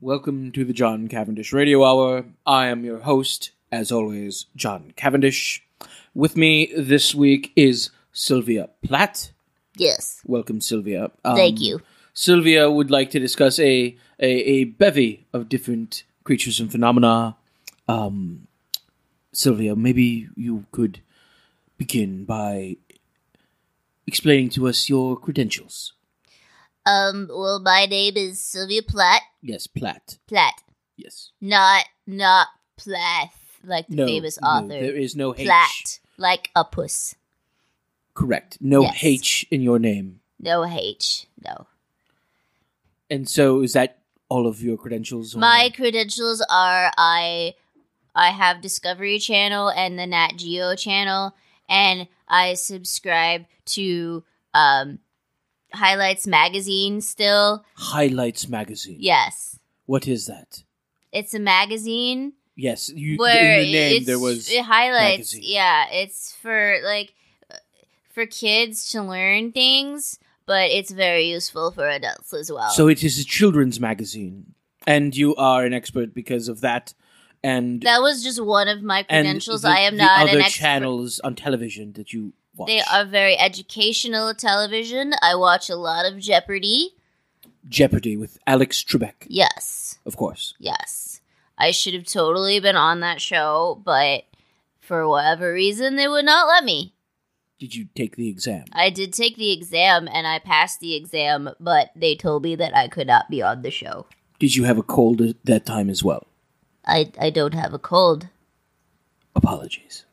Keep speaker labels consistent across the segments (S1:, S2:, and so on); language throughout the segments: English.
S1: Welcome to the John Cavendish Radio Hour. I am your host, as always, John Cavendish. With me this week is Sylvia Platt.
S2: Yes.
S1: Welcome, Sylvia. Um,
S2: Thank you.
S1: Sylvia would like to discuss a, a, a bevy of different creatures and phenomena. Um, Sylvia, maybe you could begin by explaining to us your credentials.
S2: Um, well, my name is Sylvia Platt.
S1: Yes, Platt.
S2: Platt.
S1: Yes.
S2: Not, not Plath, like the famous
S1: no,
S2: author.
S1: there is no H.
S2: Platt, like a puss.
S1: Correct. No
S2: Yes.
S1: H in your name.
S2: No H. No.
S1: And so is that all of your credentials? or-
S2: My credentials are I I have Discovery Channel and the Nat Geo channel and I subscribe to um Highlights magazine still.
S1: Highlights magazine.
S2: Yes.
S1: What is that?
S2: It's a magazine
S1: Yes, you
S2: where
S1: in your name
S2: it's,
S1: there was
S2: it highlights.
S1: magazine.
S2: Yeah, it's for like uh, for kids to learn things, but it's very useful for adults as well.
S1: So it is a children's magazine, and you are an expert because of that, and
S2: that was just one of my
S1: and
S2: credentials.
S1: the-
S2: I am
S1: the
S2: not
S1: other
S2: an expert.
S1: channels on television that you watch.
S2: They are very educational television. I watch a lot of Jeopardy.
S1: Jeopardy with Alex Trebek,
S2: Yes,
S1: of course.
S2: yes. I should have totally been on that show, but for whatever reason, they would not let me.
S1: Did you take the exam?
S2: I did take the exam and I passed the exam, but they told me that I could not be on the show.
S1: Did you have a cold at that time as well?
S2: I, I don't have a cold.
S1: Apologies.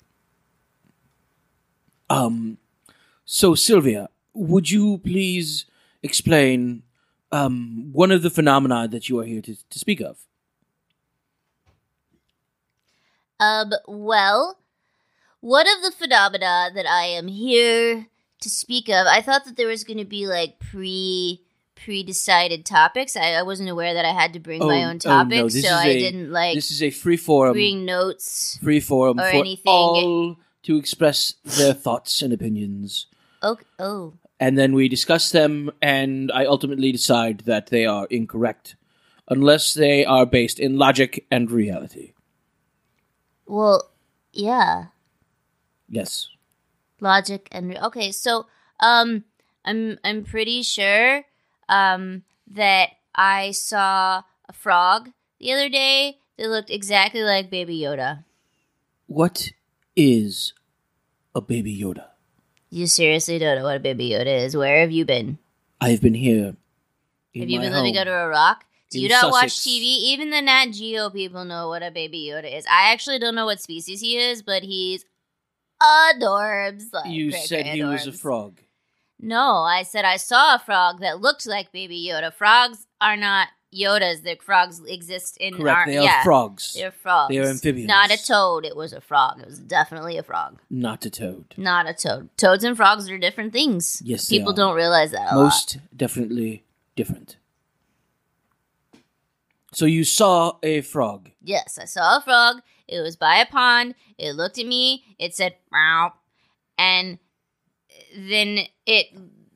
S1: Um, so Sylvia, would you please explain um one of the phenomena that you are here to, to speak of?
S2: Um, well, one of the phenomena that I am here to speak of, I thought that there was going to be like pre pre decided topics. I, I wasn't aware that I had to bring my
S1: Oh,
S2: own
S1: oh, no,
S2: topics,
S1: this
S2: so
S1: is
S2: I
S1: a-
S2: didn't like
S1: this um, is a free forum.
S2: bring notes.
S1: free forum
S2: Or
S1: for
S2: anything.
S1: all to express their thoughts and opinions.
S2: Oh, oh,
S1: And then we discuss them, and I ultimately decide that they are incorrect, unless they are based in logic and reality.
S2: well, yeah.
S1: Yes.
S2: logic and re- okay so um i'm i'm pretty sure um that i saw a frog the other day that looked exactly like baby yoda
S1: What is a baby Yoda?
S2: you seriously don't know what a baby yoda is where have you been
S1: I have been here. in
S2: have you
S1: my
S2: been living
S1: home.
S2: under a rock do
S1: In
S2: you not watch
S1: Sussex.
S2: tv even the nat geo people know what a baby yoda is i actually don't know what species he is but he's adorbs like
S1: You said he was a
S2: adorbs.
S1: frog.
S2: No, I said I saw a frog that looked like Baby Yoda. Frogs are not Yodas. The frogs exist in
S1: Correct.
S2: our
S1: they are
S2: yeah,
S1: frogs,
S2: They're frogs.
S1: They are amphibians.
S2: Not a toad. It was a frog. It was definitely a frog.
S1: not a toad.
S2: Not a toad. Toads and frogs are different things.
S1: Yes, they
S2: people
S1: are.
S2: don't realize that. a lot.
S1: Most definitely different. So you saw a frog.
S2: Yes, I saw a frog. It was by a pond. It looked at me. It said meow, and then it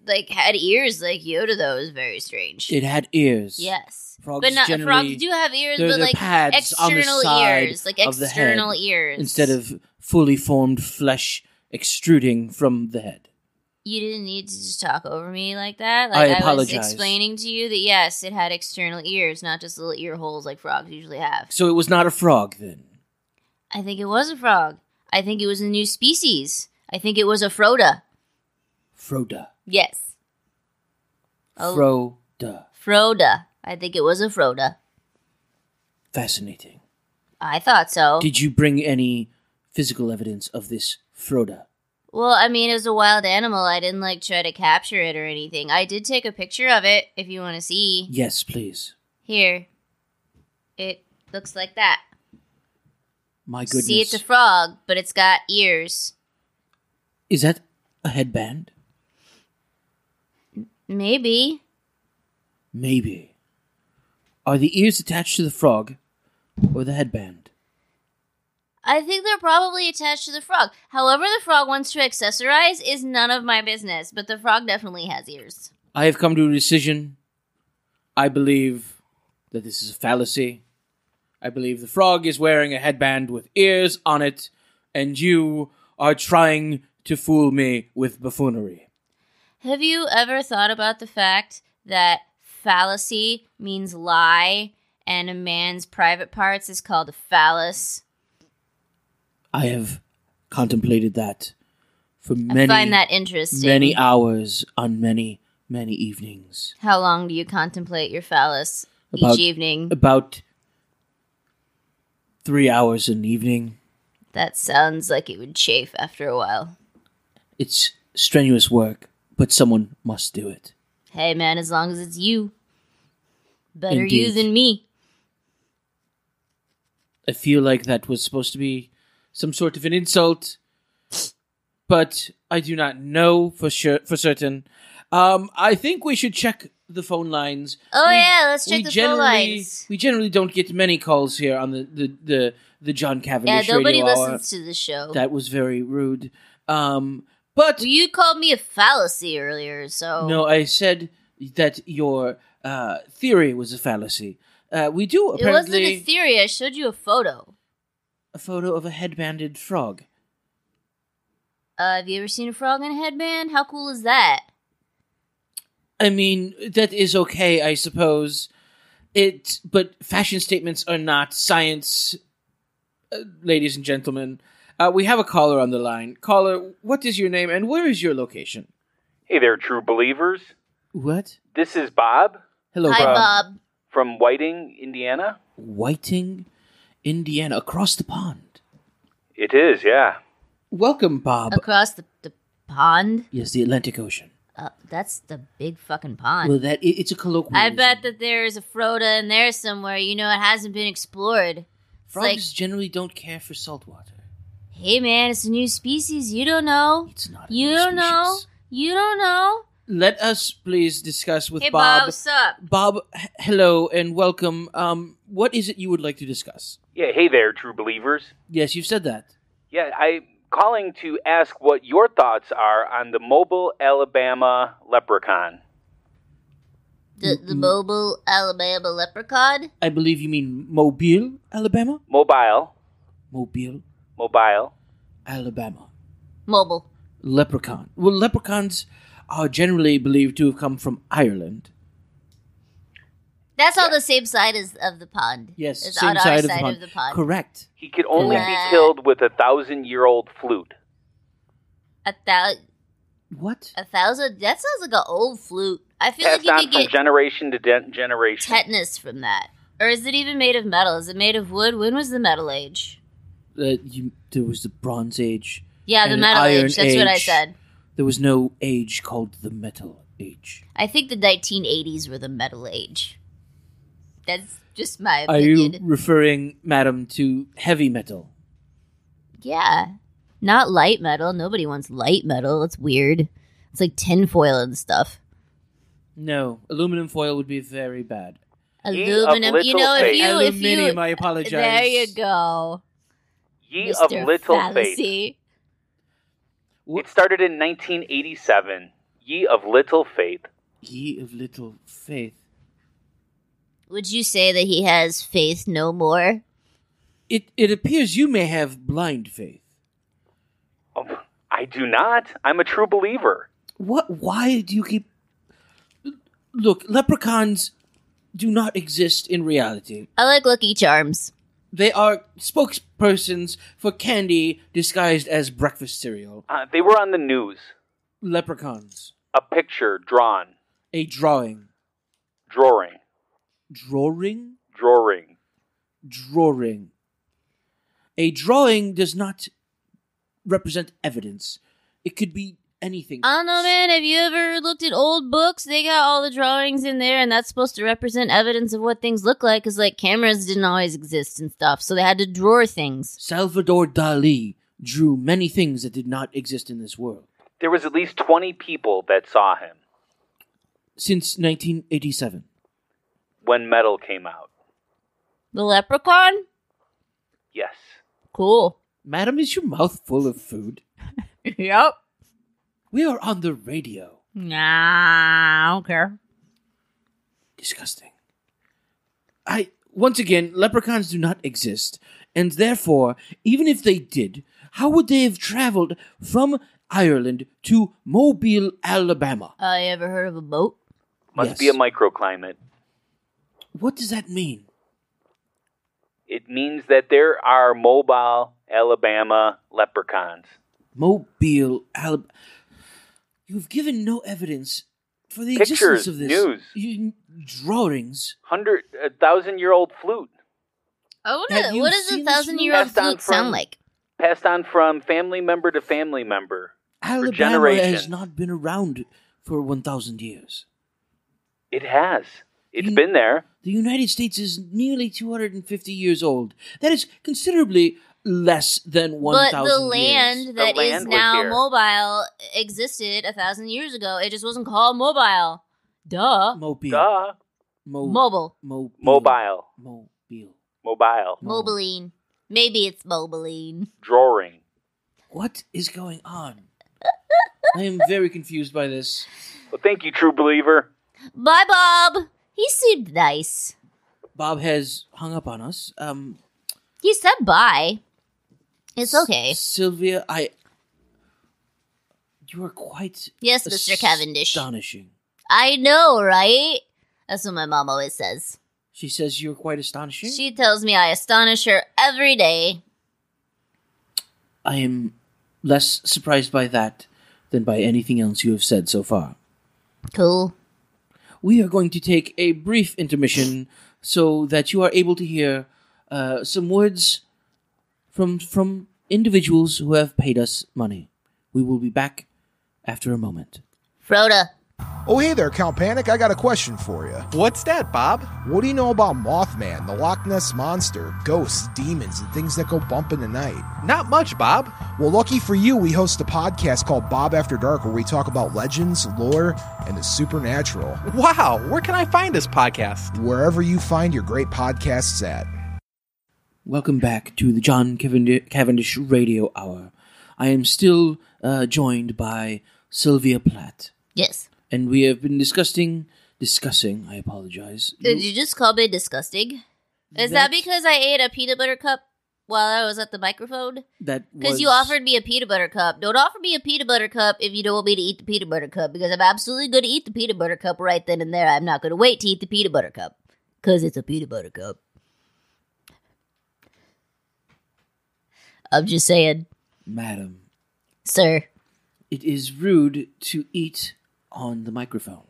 S2: like had ears like Yoda. Though it was very strange.
S1: It had ears.
S2: Yes.
S1: Frogs
S2: but not
S1: generally-
S2: frogs do have ears,
S1: they're
S2: but
S1: the
S2: like
S1: pads on the
S2: external
S1: side
S2: ears, like
S1: of the head
S2: external ears.
S1: Instead of fully formed flesh extruding from the head.
S2: you didn't need to just talk over me like that.
S1: I
S2: Like
S1: apologize.
S2: was explaining to you that yes, it had external ears, not just little ear holes like frogs usually have.
S1: So it was not a frog then.
S2: I think it was a frog. I think it was a new species. I think it was a Froda.
S1: Froda.
S2: Yes, Oh.
S1: Froda.
S2: Froda. I think it was a Froda.
S1: Fascinating.
S2: I thought so.
S1: Did you bring any physical evidence of this Froda?
S2: Well, I mean, it was a wild animal. I didn't like try to capture it or anything. I did take a picture of it if you want to see.
S1: Yes, please.
S2: Here. It looks like that.
S1: My goodness.
S2: See, it's a frog, but it's got ears.
S1: Is that a headband?
S2: Maybe.
S1: Maybe. Are the ears attached to the frog or the headband?
S2: I think they're probably attached to the frog. However, the frog wants to accessorize is none of my business, but the frog definitely has ears.
S1: I have come to a decision. I believe that this is a fallacy. I believe the frog is wearing a headband with ears on it, and you are trying to fool me with buffoonery.
S2: Have you ever thought about the fact that fallacy means lie and a man's private parts is called a phallus?
S1: I have contemplated that for
S2: I
S1: many,
S2: find that interesting.
S1: many uh, hours on many, many evenings.
S2: How long do you contemplate your phallus
S1: About-
S2: each evening?
S1: About three hours an evening.
S2: That sounds like it would chafe after a while.
S1: It's strenuous work, but someone must do it.
S2: Hey, man, as long as it's you. Better you
S1: Indeed.
S2: than me.
S1: I feel like that was supposed to be some sort of an insult, but I do not know for sure for certain. Um, I think we should check the phone lines.
S2: Oh,
S1: We-
S2: yeah, let's
S1: we
S2: check the phone
S1: generally,
S2: lines.
S1: We generally don't get many calls here on the the the, the John
S2: Yeah,
S1: Cavendish
S2: nobody
S1: radio hour.
S2: listens to the show.
S1: That was very rude. Um, but
S2: Well, you called me a fallacy earlier, so
S1: no, I said that your uh, theory was a fallacy. Uh, we do
S2: it wasn't
S1: apparently
S2: a theory. I showed you a photo.
S1: a photo of a headbanded frog.
S2: Uh, have you ever seen a frog in a headband? How cool is that?
S1: I mean, that is okay, I suppose. It, but fashion statements are not science, uh, ladies and gentlemen. Uh, we have a caller on the line. Caller, what is your name and where is your location?
S3: Hey there, true believers.
S1: What?
S3: This is Bob
S1: Hello,
S2: Hi,
S3: Bob.
S2: Bob.
S3: from Whiting, Indiana.
S1: Whiting, Indiana, across the pond.
S3: It is, yeah.
S1: Welcome, Bob.
S2: Across the, the pond.
S1: yes, the Atlantic Ocean.
S2: Uh, that's the big fucking pond.
S1: Well, that it, it's a colloquial.
S2: I bet that there's a Froda in there somewhere. You know, it hasn't been explored. It's
S1: frogs
S2: like,
S1: generally don't care for salt water.
S2: hey, man, it's a new species. You don't know.
S1: It's not. a
S2: You
S1: new
S2: don't know.
S1: species.
S2: You don't know.
S1: Let us please discuss with
S2: hey, Bob,
S1: Bob
S2: what's up?
S1: Bob, h- hello and welcome. Um, what is it you would like to discuss?
S3: Yeah, hey there, true believers.
S1: Yes, you've said that.
S3: Yeah, I'm calling to ask what your thoughts are on the mobile Alabama leprechaun.
S2: The, the mobile Alabama leprechaun?
S1: I believe you mean Mobile, Alabama?
S3: Mobile,
S1: Mobile,
S3: mobile.
S1: Alabama.
S2: Mobile.
S1: Leprechaun. Well, leprechauns are generally believed to have come from Ireland.
S2: That's all the same side as of the pond.
S1: Yes,
S2: it's
S1: same
S2: on our
S1: side,
S2: side,
S1: of, the pond.
S2: of the pond.
S1: Correct.
S3: He could only be
S2: Correct.
S3: killed with a thousand year old flute.
S2: A thousand,
S1: What?
S2: a thousand. That sounds like an old flute. I feel like
S3: Passed
S2: you
S3: on
S2: could
S3: from
S2: get
S3: generation to de- generation.
S2: tetanus from that. Or is it even made of metal? Is it made of wood? When was the metal age?
S1: Uh, you, there was the Bronze Age.
S2: Yeah, the
S1: And
S2: metal
S1: Iron
S2: age. That's what I
S1: Age.
S2: said.
S1: There was no age called the Metal Age.
S2: I think the 1980s were the metal age. That's just my
S1: Are you
S2: opinion.
S1: referring, madam, to heavy metal?
S2: Yeah. Not light metal. Nobody wants light metal. It's weird. It's like tinfoil and stuff.
S1: No, aluminum foil would be very bad.
S3: Ye of
S2: Aluminum. You
S3: little
S2: know, if
S3: faith.
S2: you, if
S1: Aluminium,
S2: you,
S1: I apologize.
S2: there you go.
S3: Ye of little faith.
S2: Fallacy.
S1: Wha-
S3: It started in 1987. Ye of little faith.
S1: Ye of little faith.
S2: Would you say that he has faith no more?
S1: It it appears you may have blind faith.
S3: Oh, I do not. I'm a true believer.
S1: What? Why do you keep? Look, leprechauns do not exist in reality.
S2: I like Lucky Charms.
S1: They are spokespersons for candy disguised as breakfast cereal.
S3: Uh, they were on the news.
S1: Leprechauns,
S3: A picture drawn,
S1: a drawing,
S3: drawing,
S1: drawing,
S3: drawing.
S1: drawing. A drawing does not represent evidence. It could be anything.
S2: I don't know, man. Have you ever looked at old books? They got all the drawings in there, and that's supposed to represent evidence of what things look like. Because like cameras didn't always exist and stuff, so they had to draw things.
S1: Salvador Dali drew many things that did not exist in this world
S3: There was at least 20 people that saw him
S1: since 1987.
S3: when metal came out.
S2: The leprechaun,
S3: Yes.
S2: cool.
S1: Madam, is your mouth full of food?
S2: yep.
S1: We are on the radio.
S2: Nah, I don't care.
S1: Disgusting. I once again, leprechauns do not exist, and therefore, even if they did, how would they have traveled from Ireland to Mobile, Alabama?
S2: I ever heard of a moat?
S3: Must
S1: Yes.
S3: be a microclimate.
S1: What does that mean?
S3: It means that there are mobile Alabama leprechauns.
S1: Mobile, Alabama. You've given no evidence for the existence
S3: Pictures,
S1: of this.
S3: news.
S1: You, drawings.
S3: Hundred, a thousand year old flute
S2: Oh, what,
S1: Have
S2: is,
S1: you
S2: what does
S1: seen
S2: a
S1: this
S2: thousand year old
S3: movie? Passed on
S2: flute sound
S3: from-
S2: like?
S3: passed on from family member to family member.
S1: Alabama
S3: generation.
S1: has not been around for 1,000 years.
S3: It has. It's
S1: You-
S3: been there.
S1: The United States is nearly 250 years old. That is considerably less than 1,000
S2: But the
S1: years.
S2: land that is
S3: land was
S2: now
S3: here.
S2: mobile existed a thousand years ago. It just wasn't called mobile. Duh.
S1: Mobile.
S3: Duh.
S1: Mo-
S2: Mobile.
S1: mobile.
S3: Mobile.
S1: Mobile.
S3: Mobile.
S1: Mo-
S2: Mobiline. Maybe it's mobiline.
S3: Drawing.
S1: What is going on? I am very confused by this.
S3: Well, thank you, true believer.
S2: Bye, Bob. He seemed nice.
S1: Bob has hung up on us. Um,
S2: He said bye. It's okay.
S1: Sylvia, I. You are quite.
S2: Yes, Mr. Cavendish.
S1: Astonishing.
S2: I know, right? That's what my mom always says.
S1: She says you're quite astonishing.
S2: She tells me I astonish her every day.
S1: I am less surprised by that than by anything else you have said so far.
S2: Cool.
S1: We are going to take a brief intermission so that you are able to hear uh, some words from from individuals who have paid us money. We will be back after a moment.
S2: Froda.
S4: Oh, hey there, Count Panic. I got a question for you.
S5: What's that, Bob?
S4: What do you know about Mothman, the Loch Ness Monster, ghosts, demons, and things that go bump in the night?
S5: Not much, Bob.
S4: Well, lucky for you, we host a podcast called Bob After Dark where we talk about legends, lore, and the supernatural.
S5: Wow, where can I find this podcast?
S4: Wherever you find your great podcasts at.
S1: Welcome back to the John Cavendi- Cavendish Radio Hour. I am still uh, joined by Sylvia Platt,
S2: Yes.
S1: and we have been discussing discussing. I apologize.
S2: Did you just call me disgusting? Is that
S1: Hmm? That-
S2: because I ate a peanut butter cup while I was at the microphone?
S1: That
S2: Because
S1: was-
S2: you offered me a peanut butter cup. Don't offer me a peanut butter cup if you don't want me to eat the peanut butter cup because I'm absolutely going to eat the peanut butter cup right then and there. I'm not going to wait to eat the peanut butter cup because it's a peanut butter cup. I'm just saying,
S1: madam.
S2: sir.
S1: It is rude to eat on the microphone.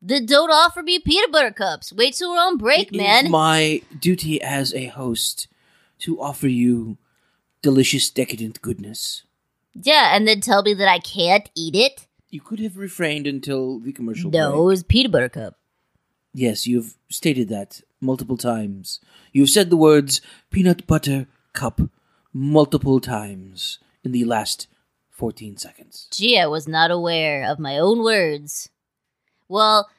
S2: Then don't offer me peanut butter cups. Wait till we're on break,
S1: It is
S2: man.
S1: my duty as a host to offer you delicious, decadent goodness.
S2: yeah, and then tell me that I can't eat it.
S1: You could have refrained until the commercial
S2: No, it
S1: break.
S2: was peanut butter cup.
S1: Yes, you've stated that multiple times. You've said the words peanut butter cup multiple times in the last 14 seconds.
S2: Gee, I was not aware of my own words. Well,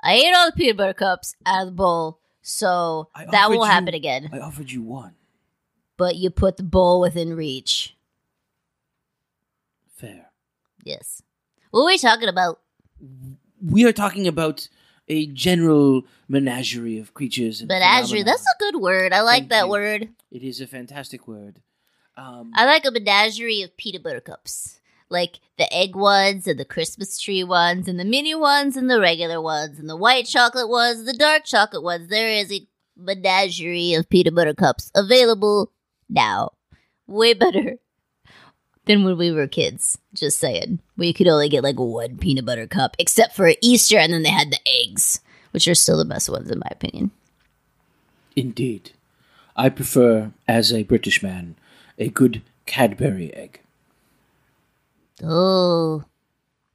S2: I ate all the peanut butter cups out of the bowl, so
S1: I
S2: that
S1: offered
S2: will
S1: you-
S2: happen again.
S1: I offered you one.
S2: but you put the bowl within reach.
S1: Fair.
S2: Yes. What were we talking about?
S1: We are talking about a general menagerie of creatures. And
S2: But Azure,
S1: phenomena.
S2: that's a good word. I like
S1: Thank
S2: that
S1: you.
S2: word.
S1: It is a fantastic word. Um,
S2: I like a menagerie of peanut butter cups. Like the egg ones and the Christmas tree ones and the mini ones and the regular ones and the white chocolate ones, the dark chocolate ones. There is a menagerie of peanut butter cups available now. Way better than when we were kids. Just saying. We could only get like one peanut butter cup, except for Easter, and then they had the eggs, which are still the best ones, in my opinion.
S1: Indeed. I prefer, as a British man, a good Cadbury egg.
S2: Oh,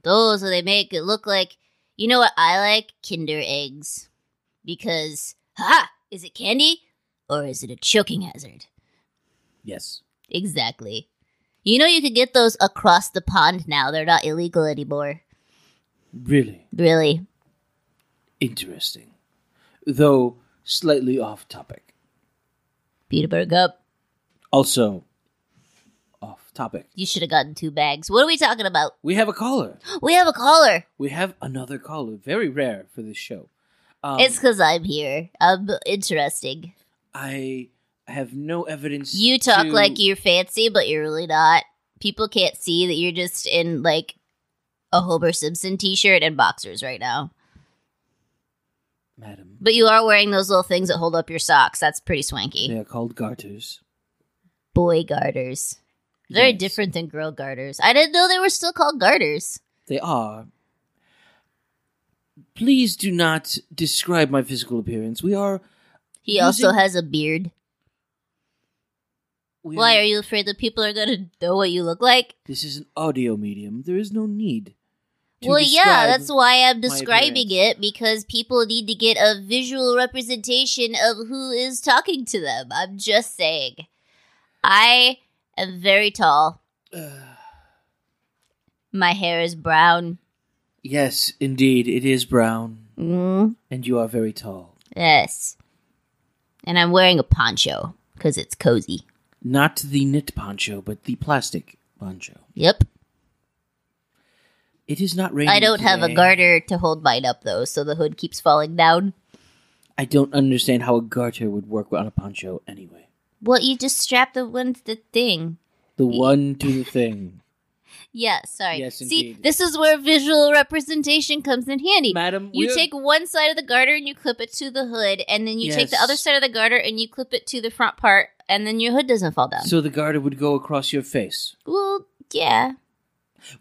S2: those where they make it look like. You know what I like? Kinder eggs, because ha! Is it candy or is it a choking hazard?
S1: Yes.
S2: Exactly. You know you could get those across the pond now. They're not illegal anymore.
S1: Really
S2: Really?
S1: interesting. Though slightly off topic.
S2: Peter Berg up.
S1: Also, off topic.
S2: You should have gotten two bags. What are we talking about?
S1: We have a caller.
S2: We have a caller.
S1: We have another caller. Very rare for this show. Um,
S2: It's because I'm here. I'm interesting.
S1: I have no evidence.
S2: You talk
S1: to-
S2: like you're fancy, but you're really not. People can't see that you're just in like a Homer Simpson t-shirt and boxers right now.
S1: madam.
S2: But you are wearing those little things that hold up your socks. That's pretty swanky.
S1: They are called garters.
S2: Boy garters. They're
S1: Yes.
S2: different than girl garters. I didn't know they were still called garters.
S1: They are. Please do not describe my physical appearance. We are.
S2: He
S1: Using-
S2: also has a beard.
S1: We
S2: Why are you afraid that people are gonna know what you look like?
S1: This is an audio medium. There is no need. to
S2: Well, yeah,
S1: describe-
S2: that's why I'm
S1: my
S2: describing it because people need to get a visual representation of who is talking to them. I'm just saying. I am very tall. My hair is brown.
S1: Yes, indeed, it is brown,
S2: Mm,
S1: and you are very tall.
S2: yes. And I'm wearing a poncho because it's cozy.
S1: Not the knit poncho, but the plastic poncho.
S2: Yep.
S1: It is not raining.
S2: I don't have a
S1: today.
S2: garter to hold mine up though, so the hood keeps falling down.
S1: I don't understand how a garter would work on a poncho anyway.
S2: Well, you just strap the one to the thing.
S1: The one to the thing.
S2: Yeah, sorry.
S1: Yes,
S2: See,
S1: indeed.
S2: this is where visual representation comes in handy.
S1: Madam,
S2: you
S1: we're-
S2: take one side of the garter and you clip it to the hood, and then you take the
S1: Yes.
S2: other side of the garter and you clip it to the front part, and then your hood doesn't fall down.
S1: So the garter would go across your face.
S2: well, yeah.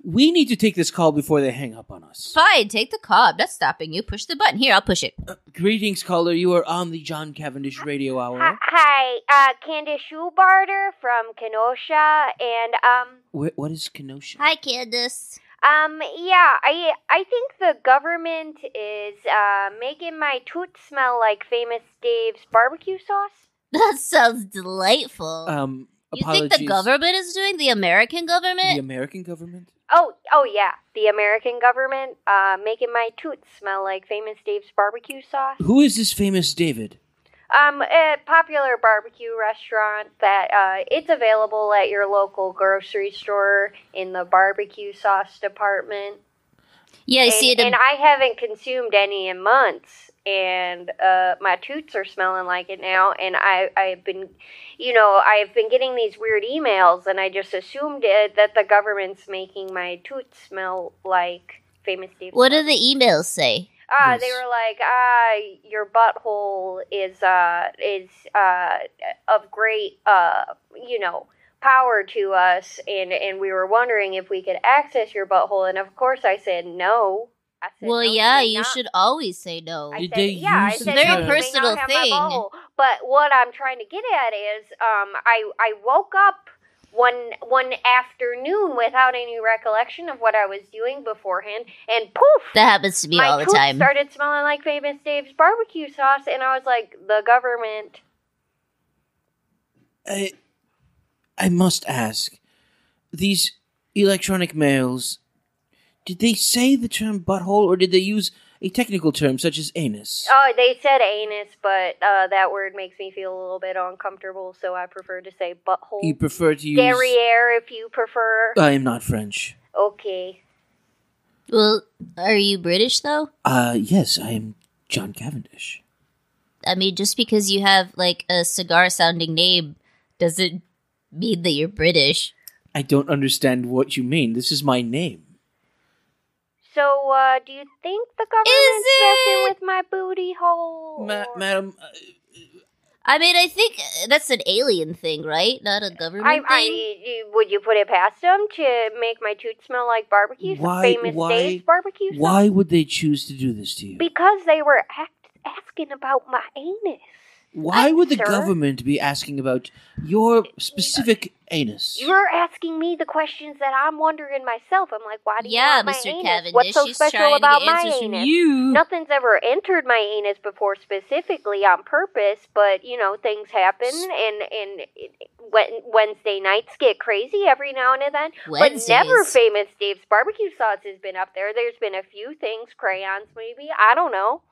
S1: We need to take this call before they hang up on us.
S2: Fine, take the cob. That's stopping you. Push the button. Here, I'll push it.
S1: Greetings, caller. You are on the John Cavendish Radio Hour.
S6: Hi, uh, Candace Schubarter from Kenosha, and um,
S1: Wh- what is Kenosha?
S2: Hi, Candace.
S6: um, yeah, I I think the government is uh, making my toot smell like Famous Dave's barbecue sauce.
S2: That sounds delightful.
S1: Um,
S2: you
S1: apologies.
S2: think the government is doing the American
S1: The
S2: government?
S1: American government?
S6: Oh, oh yeah, the American government uh, making my toot smell like Famous Dave's barbecue sauce.
S1: Who is this famous David?
S6: Um, a popular barbecue restaurant that uh, it's available at your local grocery store in the barbecue sauce department.
S2: yeah, I
S6: and,
S2: see it. In-
S6: and I haven't consumed any in months, and uh, my toots are smelling like it now. And I, I've been, you know, I've been getting these weird emails, and I just assumed it, that the government's making my toots smell like famous Dave's.
S2: what do the emails say?
S6: Ah, they
S1: Yes.
S6: were like, ah, your butthole is uh is uh of great uh you know power to us, and and we were wondering if we could access your butthole, and of course I said no. I said,
S2: Well,
S6: "No,
S2: yeah,
S6: you're
S2: you
S6: not."
S2: should always say no.
S6: I
S1: Did
S6: said,
S1: they
S6: yeah,
S1: use
S6: I said
S1: the term-
S6: "You may
S2: Very
S6: not have my
S2: personal
S6: butthole." But what I'm trying to get at is, um, I I woke up one one afternoon without any recollection of what I was doing beforehand, and poof,
S2: That happens to me
S6: my
S2: all the
S6: tooth
S2: time.
S6: started smelling like Famous Dave's barbecue sauce, and I was like, the government.
S1: I, I must ask, these electronic mails, did they say the term butthole or did they use a technical term such as anus?
S6: Oh, they said anus, but uh, that word makes me feel a little bit uncomfortable, so I prefer to say butthole.
S1: you prefer to use.
S6: Derriere, if you prefer.
S1: I am not French.
S6: Okay.
S2: Well, are you British though?
S1: Uh, yes, I am John Cavendish.
S2: I mean, just because you have like a cigar sounding name doesn't mean that you're British.
S1: I don't understand what you mean. This is my name.
S6: So, uh, do you think the government's messing
S2: it-
S6: with my booty hole?
S1: Ma-
S6: or-
S1: madam, uh,
S2: I mean, I think uh, that's an alien thing, right? Not a government
S6: I,
S2: thing.
S6: I, would you put it past them to make my tooth smell like barbecue? sauce?
S1: Why-
S6: Famous
S1: why-
S6: Dave's barbecue? sauce?
S1: why would they choose to do this to you?
S6: Because they were act- asking about my anus.
S1: Why
S6: I-
S1: would the
S6: sir?
S1: government be asking about your specific anus?
S6: You're asking me the questions that I'm wondering myself. I'm like, why do you
S2: yeah,
S6: want my
S2: Mr.
S6: anus?
S2: Cavendish,
S6: What's so
S2: she's
S6: special
S2: trying
S6: about
S2: to get
S6: my
S2: answers from
S6: anus?
S2: you.
S6: Nothing's ever entered my anus before specifically on purpose, but you know things happen, and and it- Wed- Wednesday nights get crazy every now and then.
S2: Wednesdays.
S6: But never famous Dave's barbecue sauce has been up there. There's been a few things, crayons maybe. I don't know.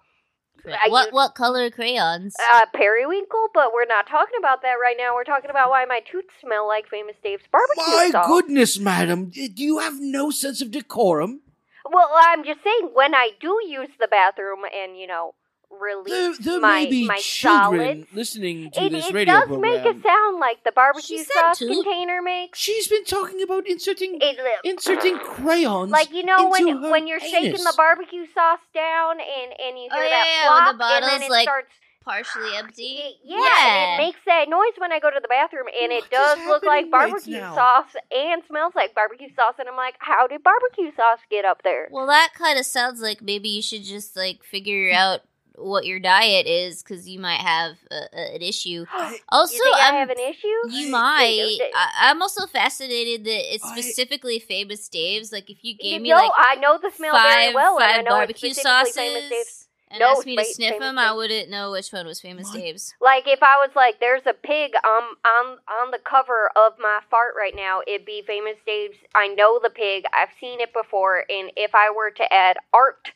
S6: I
S2: what
S6: use-
S2: what color are crayons?
S6: Uh, periwinkle, but we're not talking about that right now. We're talking about why my tooth smell like famous Dave's barbecue
S1: My
S6: sauce.
S1: goodness, madam, do you have no sense of decorum?
S6: Well, I'm just saying when I do use the bathroom and you know
S1: There,
S6: release
S1: there
S6: my
S1: may be
S6: my
S1: children
S6: solids.
S1: listening to
S6: It,
S1: this
S6: it
S1: radio
S6: does
S1: program.
S6: make a sound like the barbecue
S2: She said
S6: sauce
S2: to-
S6: container makes.
S1: She's been talking about inserting
S6: It li-
S1: inserting crayons.
S6: like you know
S1: into
S6: when
S1: her
S6: when you're shaking
S1: anus.
S6: the barbecue sauce down and and you
S2: Oh,
S6: hear
S2: yeah,
S6: that
S2: yeah, when the
S6: plop and
S2: bottle's,
S6: then it
S2: like,
S6: starts
S2: partially empty.
S6: uh, yeah, and it makes that noise when I go to the bathroom, and
S1: What
S6: it
S1: is
S6: does look like
S1: happening right
S6: barbecue
S1: now?
S6: sauce and smells like barbecue sauce. And I'm like, how did barbecue sauce get up there?
S2: Well, that kind of sounds like maybe you should just like figure out what your diet is because you might have a, a, an issue. Also,
S6: you think I
S2: I'm,
S6: have an issue?
S2: you
S1: I-
S2: might.
S6: I-
S2: I, I'm also fascinated that it's
S1: I-
S2: specifically famous Dave's. Like, if you
S6: You
S2: gave me
S6: know,
S2: like
S6: I know the smell very
S2: five
S6: well, and I
S2: five
S6: know it's
S2: barbecue
S6: specifically Famous Dave's.
S2: sauces and
S6: No,
S2: asked me to
S6: it's
S2: sniff
S6: famous
S2: them, I
S6: Dave's.
S2: wouldn't know which one was famous
S1: What?
S2: Dave's.
S6: Like if I was like, there's a pig um on on the cover of my fart right now, it'd be Famous Dave's. I know the pig. I've seen it before, and if I were to add art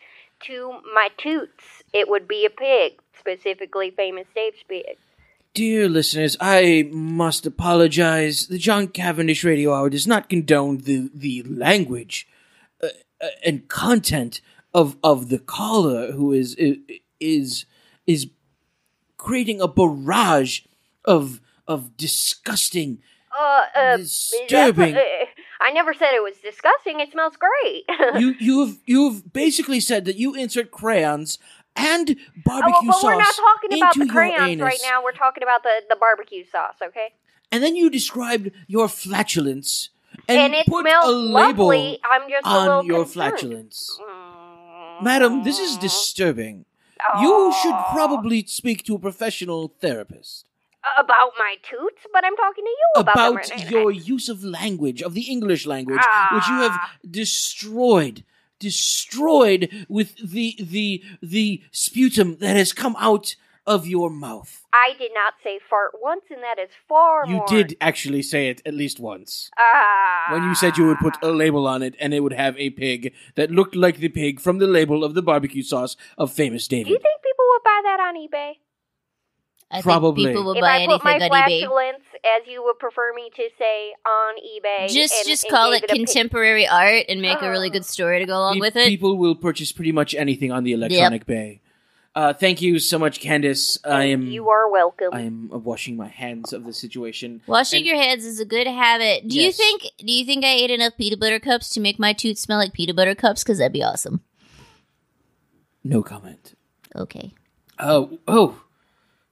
S6: to my toots, it would be a pig, specifically Famous Dave's pig.
S1: Dear listeners, I must apologize. The John Cavendish Radio Hour does not condone the the language uh, uh, and content of of the caller who is i- is is creating a barrage of of disgusting.
S6: Uh, uh
S1: Disturbing.
S6: that's- uh, I never said it was disgusting. It smells great.
S1: You you've you've basically said that you insert crayons and
S6: Oh,
S1: barbecue
S6: well, but
S1: sauce
S6: we're not talking about the
S1: into your
S6: crayons
S1: anus.
S6: right now. We're talking about the, the barbecue sauce, okay?
S1: And then you described your flatulence and,
S6: And, it
S1: put
S6: smells
S1: a label
S6: lovely. I'm just a little Mm.
S1: on your
S6: concerned.
S1: flatulence. Madam, this is disturbing. You should
S6: Aw.
S1: probably speak to a professional therapist
S6: about my toots, but I'm talking to you about, them
S1: about
S6: right now.
S1: your use of language, of the English language, which you have
S6: Ah.
S1: destroyed. Destroyed with the the the sputum that has come out of your mouth.
S6: I did not say fart once, and that is far
S1: You
S6: more.
S1: did actually say it at least once.
S6: Ah.
S1: when you said you would put a label on it and it would have a pig that looked like the pig from the label of the barbecue sauce of famous
S6: Do you
S1: David.
S6: think people would buy that on eBay?
S2: I
S1: Probably.
S2: think people will
S6: if
S2: buy
S6: I put my
S2: anything on eBay.
S6: flatulence, as you would prefer me to say, on eBay,
S2: Just
S6: and-
S2: just
S6: and
S2: call it
S6: gave a pic- Oh.
S2: contemporary art and make a really good story to go along
S1: Pe-
S2: with it.
S1: People will purchase pretty much anything on the electronic bay. Uh, thank you so much, Candice. I am
S6: You are welcome.
S1: I am uh, washing my hands of the situation.
S2: Washing
S1: And
S2: your hands is a good habit. Do you
S1: Yes.
S2: think do you think I ate enough peanut butter cups to make my tooth smell like peanut butter cups? Because that'd be awesome.
S1: no comment.
S2: Okay.
S1: Oh, oh,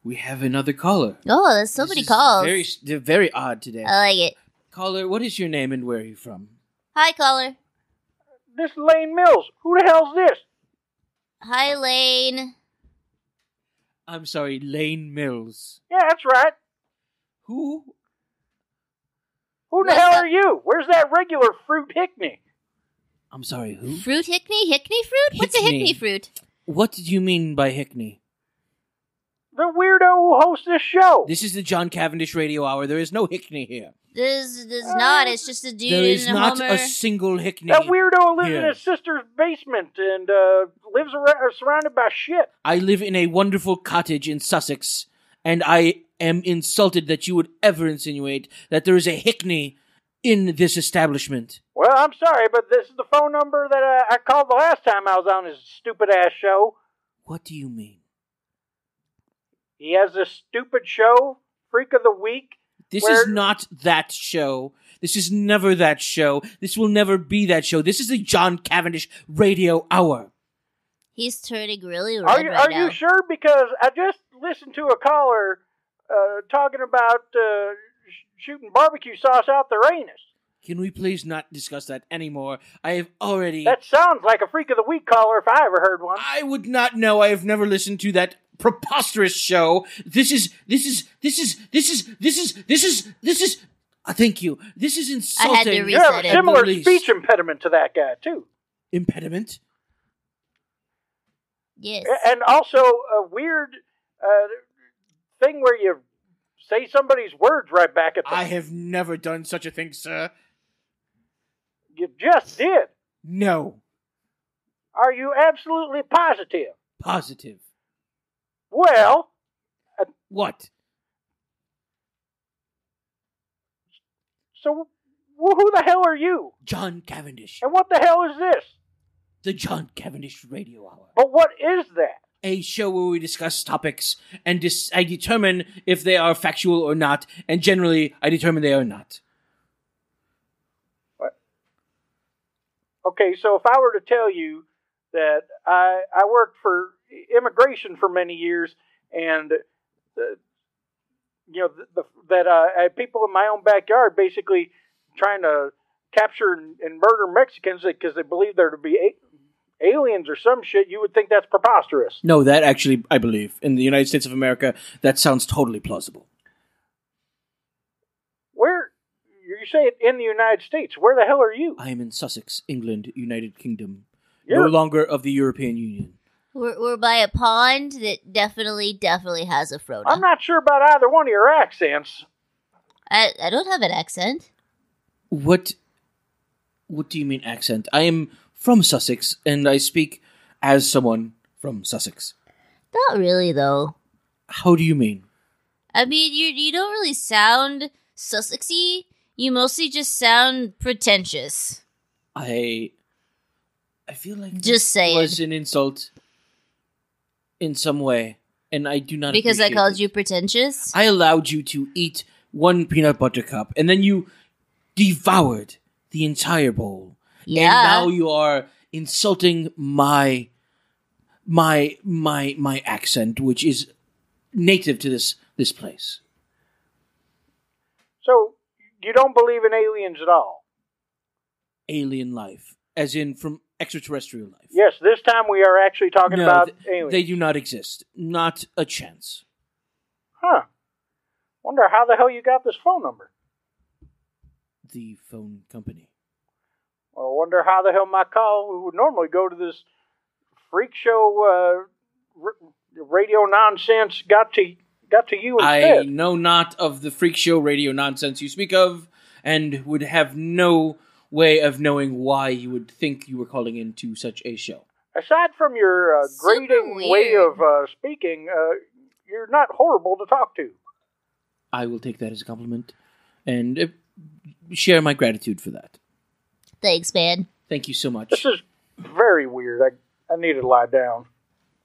S1: we have another caller.
S2: Oh, there's so
S1: This
S2: many
S1: is
S2: calls. Uh,
S1: Very, they're very odd today.
S2: I like it.
S1: caller, what is your name and where are you from?
S2: Hi, caller.
S7: This Lane Mills. Who the hell's this?
S2: Hi, Lane.
S1: I'm sorry, Lane Mills.
S7: Yeah, that's right.
S1: Who
S7: Who the
S2: What's
S7: hell
S2: up?
S7: are you? Where's that regular fruit Hickney?
S1: I'm sorry, who?
S2: Fruit Hickney? Hickney fruit? What's a
S1: Hickney.
S2: Hickney fruit?
S1: What did you mean by Hickney?
S7: The weirdo who hosts this show.
S1: This is the John Cavendish Radio Hour. There is no Hickney here.
S2: There's there's
S7: Uh,
S2: not. It's just a dude
S1: there is
S2: in a
S1: not
S2: Homer.
S1: a single Hickney.
S7: that weirdo lives in
S1: Yeah.
S7: his sister's basement and uh, lives ar- surrounded by shit.
S1: I live in a wonderful cottage in Sussex, and I am insulted that you would ever insinuate that there is a Hickney in this establishment.
S7: Well, I'm sorry, but this is the phone number that I, I called the last time I was on his stupid ass show.
S1: What do you mean?
S7: He has this stupid show, Freak of the Week.
S1: This
S7: Where-
S1: is not that show. This is never that show. This will never be that show. This is the John Cavendish Radio Hour.
S2: He's turning really red
S7: Are you,
S2: right
S7: are
S2: now.
S7: you sure? Because I just listened to a caller uh, talking about uh, sh- shooting barbecue sauce out their anus.
S1: Can we please not discuss that anymore? I have already.
S7: That sounds like a freak of the week caller if I ever heard one.
S1: I would not know. I have never listened to that preposterous show. This is this is this is this is this is this is this is. Uh, thank you. This is insulting.
S7: You have
S2: Said
S7: a
S2: it.
S7: similar
S1: Release.
S7: speech impediment to that guy too,
S1: impediment.
S2: Yes.
S7: A- and also a weird uh, thing where you say somebody's words right back at them.
S1: I have never done such a thing, sir.
S7: you just did.
S1: No,
S7: Are you absolutely positive?
S1: positive.
S7: Well,
S1: What?
S7: so wh- who the hell are you,
S1: John Cavendish.
S7: and what the hell is this?
S1: The John Cavendish Radio Hour.
S7: But what is that?
S1: a show where we discuss topics and dis- I determine if they are factual or not, and generally I determine they are not.
S7: Okay, so if I were to tell you that I I worked for immigration for many years, and uh, you know the, the, that uh, I had people in my own backyard basically trying to capture and, and murder Mexicans because they believe there to be a- aliens or some shit, you would think that's preposterous.
S1: No, that actually I believe in the United States of America that sounds totally plausible.
S7: Where you say it in the United States? Where the hell are you?
S1: I am in Sussex, England, United Kingdom,
S7: You're-
S1: no longer of the European Union.
S2: We're, we're by a pond that definitely, definitely has a Frodo.
S7: I'm not sure about either one of your accents.
S2: I, I don't have an accent.
S1: What what do you mean accent? I am from Sussex and I speak as someone from Sussex.
S2: Not really, though.
S1: How do you mean?
S2: I mean, you you don't really sound Sussexy. You mostly just sound pretentious.
S1: I I feel like
S2: Just
S1: this
S2: saying.
S1: was an insult in some way, and I do not
S2: Because I
S1: appreciate
S2: called
S1: it.
S2: you pretentious?
S1: I allowed you to eat one peanut butter cup, and then you devoured the entire bowl. And
S2: Yeah.
S1: now you are insulting my my my my accent, which is native to this this place.
S7: So you don't believe in aliens at all?
S1: Alien life, as in from extraterrestrial life.
S7: Yes, this time we are actually talking
S1: No,
S7: about
S1: th-
S7: aliens.
S1: they do not exist. Not a chance.
S7: Huh. Wonder how the hell you got this phone number.
S1: The phone company.
S7: I wonder how the hell my call would normally go to this freak show uh, r- radio nonsense got to got to you
S1: I
S7: instead.
S1: know not of the freak show radio nonsense you speak of, and would have no way of knowing why you would think you were calling into such a show.
S7: Aside from your uh,
S2: Super
S7: grating way
S2: weird.
S7: of uh, speaking, uh, you're not horrible to talk to.
S1: I will take that as a compliment and uh, share my gratitude for that.
S2: Thanks, man.
S1: Thank you so
S7: This
S1: much.
S7: is very weird. I I need to lie down.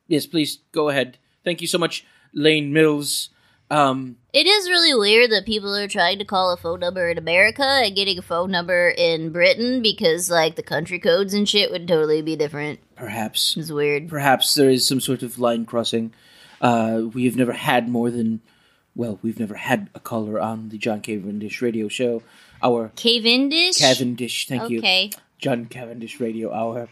S1: Yes, please go ahead. Thank you so much, Lane Mills. Um,
S2: It is really weird that people are trying to call a phone number in America and getting a phone number in Britain because, like, the country codes and shit would totally be different.
S1: perhaps,
S2: It's weird.
S1: perhaps there is some sort of line crossing. Uh, we have never had more than, well, we've never had a caller on the John Cavendish Radio Show. Our
S2: Cavendish?
S1: Cavendish, thank you.
S2: Okay.
S1: John Cavendish Radio Hour.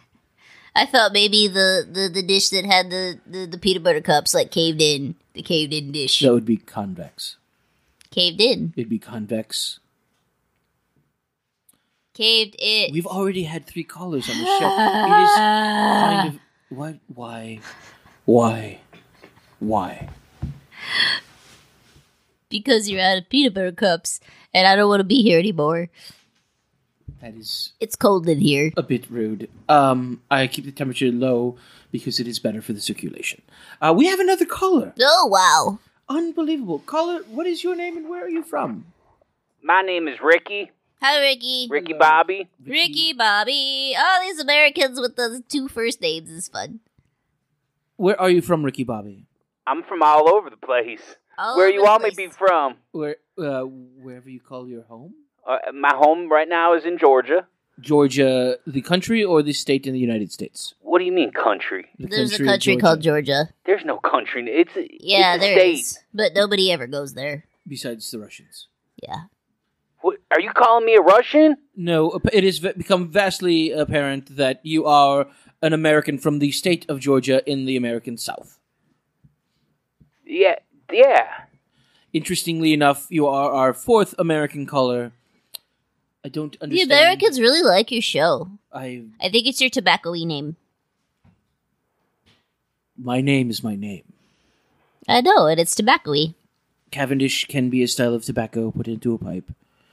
S2: I thought maybe the, the, the dish that had the, the, the peanut butter cups, like, caved in. The caved in dish.
S1: That would be convex.
S2: Caved in.
S1: It'd be convex.
S2: Caved it.
S1: We've already had three callers on the show. It is kind of what? Why? Why? Why?
S2: because you're out of peanut butter cups and I don't want to be here anymore.
S1: That is
S2: It's cold in here.
S1: a bit rude. Um, I keep the temperature low because it is better for the circulation. Uh, we have another caller.
S2: Oh, wow.
S1: Unbelievable caller. What is your name and where are you from?
S3: My name is Ricky,
S2: Hi, Ricky.
S3: Ricky Bobby.
S2: Ricky, Bobby. All these Americans with those two first names is fun.
S1: Where are you from, Ricky Bobby?
S3: I'm from all over the place.
S2: All
S3: Where
S2: over
S3: you
S2: the
S3: all may
S2: place.
S3: be from.
S1: Where, uh, wherever you call your home,
S3: Uh, my home right now is in Georgia.
S1: Georgia, the country or the state in the United States?
S3: What do you mean country?
S1: The
S2: There's a
S1: of
S2: country called Georgia.
S3: There's no country. It's
S2: Yeah,
S3: it's a
S2: there is,
S3: state.
S2: But nobody ever goes there.
S1: Besides the Russians.
S2: Yeah.
S3: What, are you calling me a Russian?
S1: No, it has v- become vastly apparent that you are an American from the state of Georgia in the American South.
S3: Yeah, yeah.
S1: Interestingly enough, you are our fourth American caller. I don't
S2: The
S1: understand.
S2: Americans really like your show.
S1: I
S2: I think it's your tobacco-y name.
S1: my name is my name.
S2: I know, and it's tobacco-y.
S1: Cavendish can be a style of tobacco put into a pipe,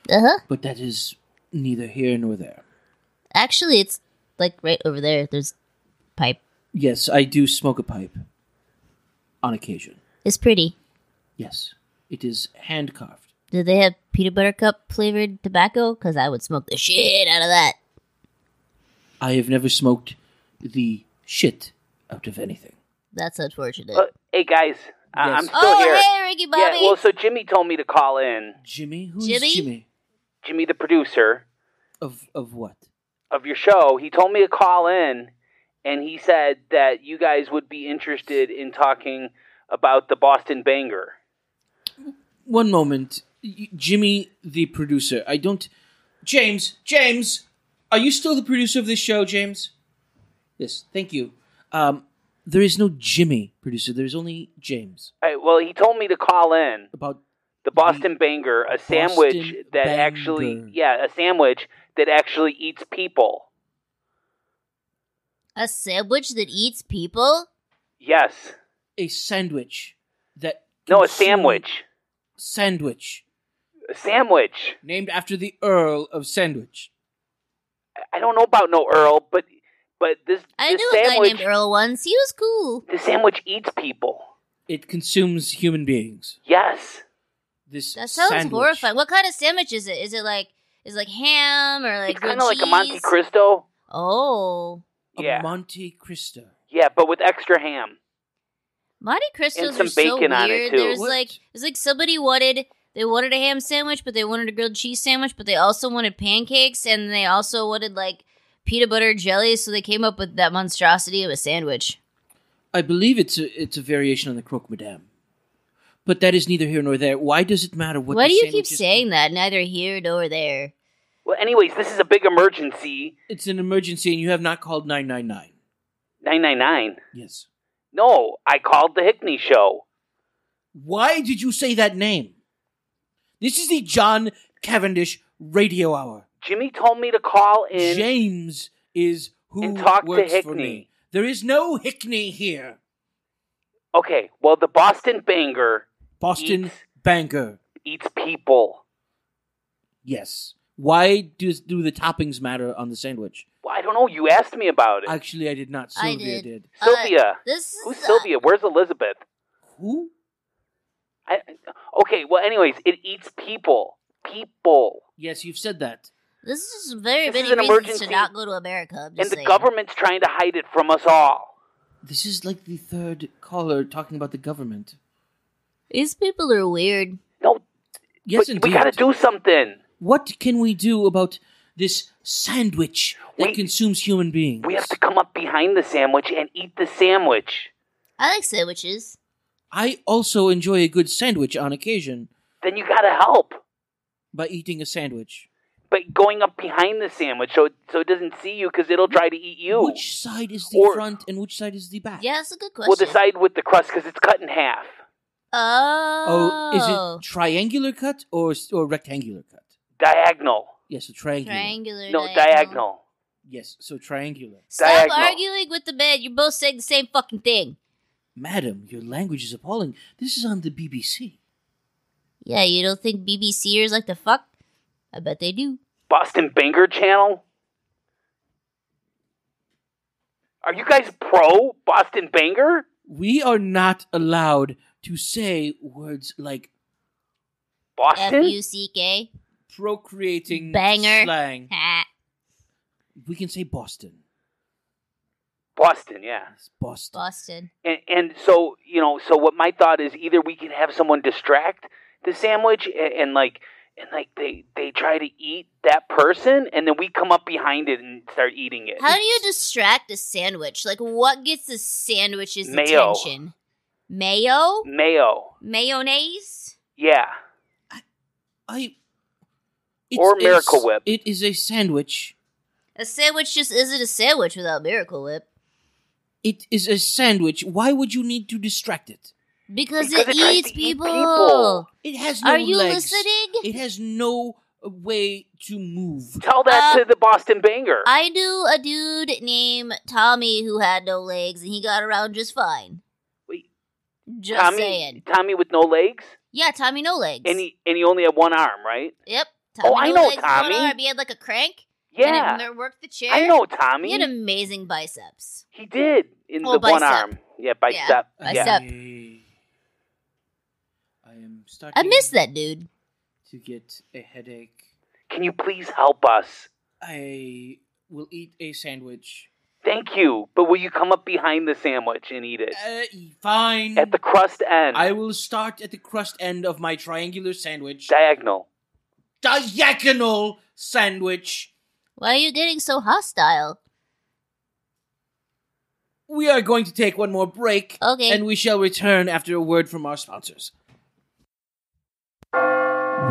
S2: Uh-huh.
S1: but that is neither here nor there.
S2: Actually, it's like right over there. There's pipe.
S1: Yes, I do smoke a pipe on occasion.
S2: It's pretty.
S1: Yes, it is hand carved.
S2: Do they have peanut butter cup flavored tobacco? Because I would smoke the shit out of that.
S1: I have never smoked the shit out of anything.
S2: That's unfortunate.
S3: Uh, hey guys, I-
S1: Yes.
S3: I'm still
S2: oh,
S3: here.
S2: hey, Ricky Bobby.
S3: Yeah, well, so Jimmy told me to call in.
S1: Jimmy? Who's
S2: Jimmy?
S1: Jimmy?
S3: Jimmy, the producer
S1: Of of what?
S3: of your show, he told me to call in, and he said that you guys would be interested in talking about the Boston Banger.
S1: One moment. Y- Jimmy, the producer. I don't. James, James, are you still the producer of this show, James? Yes, thank you. Um, there is no Jimmy producer. There is only James.
S3: All right, well, he told me to call in
S1: About
S3: the Boston Banger, a sandwich that
S1: Banger.
S3: actually, yeah, a sandwich that actually eats people.
S2: a sandwich that eats people?
S3: Yes,
S1: a sandwich that
S3: no, a
S1: consumes-
S3: sandwich,
S1: Sandwich
S3: a sandwich.
S1: named after the Earl of Sandwich.
S3: I don't know about no Earl, but but this
S2: I
S3: this
S2: knew a guy
S3: sandwich
S2: named Earl once. He was cool.
S3: the sandwich eats people.
S1: It consumes human beings.
S3: Yes.
S1: This
S2: That sounds
S1: sandwich.
S2: horrifying. What kind of sandwich is it? Is it like is it like ham or like
S3: it's kind
S2: grilled
S3: of like a Monte
S2: cheese?
S3: Cristo.
S2: Oh,
S1: A
S3: Yeah.
S1: Monte Cristo.
S3: yeah, but with extra ham.
S2: Monte Cristos
S3: some
S2: are so weird.
S3: bacon on it, too.
S2: There's
S1: What?
S2: like it's like somebody wanted they wanted a ham sandwich, but they wanted a grilled cheese sandwich, but they also wanted pancakes and they also wanted like peanut butter jelly. So they came up with that monstrosity of a sandwich.
S1: I believe it's a, it's a variation on the croque madame. But that is neither here nor there. Why does it matter what
S2: Why
S1: the
S2: do you keep
S1: sandwich is?
S2: saying that? Neither here nor there.
S3: Well, anyways, this is a big emergency.
S1: It's an emergency and you have not called 999.
S3: 999.
S1: Yes.
S3: No, I called the Hickney show.
S1: Why did you say that name? This is the John Cavendish radio hour.
S3: Jimmy told me to call in.
S1: James is who
S3: and talk to
S1: works for
S3: Hickney.
S1: me. There is no Hickney here.
S3: Okay, well, the Boston Banger
S1: Boston
S3: Eats.
S1: Banker.
S3: eats people.
S1: Yes. Why do, do the toppings matter on the sandwich?
S3: Well, I don't know. You asked me about it.
S1: Actually, I did not.
S2: I
S1: Sylvia
S2: did.
S1: did.
S2: Uh,
S3: Sylvia.
S2: This is uh,
S3: Who's Sylvia? Where's Elizabeth?
S1: Who?
S3: I, okay, well, anyways, it eats people. People.
S1: Yes, you've said that.
S2: This is very
S3: This
S2: many
S3: is an
S2: reasons
S3: emergency.
S2: to not go to America. I'm just
S3: And the
S2: saying.
S3: government's trying to hide it from us all.
S1: This is like the third caller talking about the government.
S2: These people are weird.
S3: No,
S1: Yes,
S3: but
S1: indeed.
S3: we gotta do something.
S1: What can we do about this sandwich that
S3: We-
S1: consumes human beings?
S3: We have to come up behind the sandwich and eat the sandwich.
S2: I like sandwiches.
S1: I also enjoy a good sandwich on occasion
S3: Then you gotta help
S1: by eating a sandwich.
S3: by going up behind the sandwich so so it doesn't see you because it'll try to eat you.
S1: Which side is the
S3: Or-
S1: front and which side is the back?
S2: Yeah, that's a good question.
S3: we'll decide with the crust because it's cut in half.
S2: Oh,
S1: Oh, is it triangular cut or or rectangular cut?
S3: Diagonal.
S1: Yes, so triangular.
S2: triangular?
S3: no, diagonal.
S1: yes, so triangular.
S2: Stop
S3: Diagonal.
S2: arguing with the man. You're both saying the same fucking thing.
S1: Madam, your language is appalling. This is on the BBC.
S2: Yeah, you don't think BBCers like the fuck? I bet they do.
S3: Boston Banger Channel. Are you guys pro Boston Banger?
S1: We are not allowed to say words like
S2: F
S3: Boston?
S2: U C K.
S1: procreating
S2: Banger.
S1: slang.
S2: Ha.
S1: We can say Boston.
S3: Boston, yeah.
S1: Yes, Boston.
S2: Boston.
S3: And, and so you know, so what my thought is either we can have someone distract the sandwich and, and like and like they they try to eat that person, and then we come up behind it and start eating it.
S2: How do you distract a sandwich? Like, what gets the sandwich's
S3: Mayo.
S2: attention? Mayo?
S3: Mayo,
S2: Mayonnaise?
S3: yeah,
S1: I. It's
S3: Or
S1: a
S3: Miracle
S1: s-
S3: Whip.
S1: It is a sandwich.
S2: A sandwich just isn't a sandwich without Miracle Whip.
S1: It is a sandwich. Why would you need to distract it?
S2: Because,
S3: Because
S2: it,
S3: it tries to
S2: eats
S3: eat
S2: people.
S3: people.
S1: It has no
S2: Are you
S1: legs.
S2: listening?
S1: It has no uh, way to move.
S3: tell that
S2: Uh,
S3: to the Boston Banger.
S2: I knew a dude named Tommy who had no legs and he got around just fine.
S3: Wait,
S2: Just
S3: Tommy,
S2: saying.
S3: Tommy with no legs,
S2: Yeah, Tommy no legs.
S3: and he and he only had one arm, right?
S2: yep.
S3: Oh, I know
S2: and one
S3: Tommy.
S2: arm. He had like a crank.
S3: Yeah,
S2: And it worked the chair.
S3: I know
S2: He had
S3: Tommy.
S2: amazing biceps.
S3: He did in
S2: Oh,
S3: the one
S2: bicep.
S3: arm. Yeah, bicep.
S2: I
S3: yeah.
S2: bicep. sup.
S1: I am starting.
S2: I miss that dude.
S1: To get a headache,
S3: Can you please help us?
S1: I will eat a sandwich
S3: Thank you. But will you come up behind the sandwich and eat it?
S1: Uh, fine.
S3: At the crust end.
S1: I will start at the crust end of my triangular sandwich.
S3: diagonal.
S1: diagonal sandwich.
S2: Why are you getting so hostile?
S1: We are going to take one more break.
S2: Okay.
S1: And we shall return after a word from our sponsors.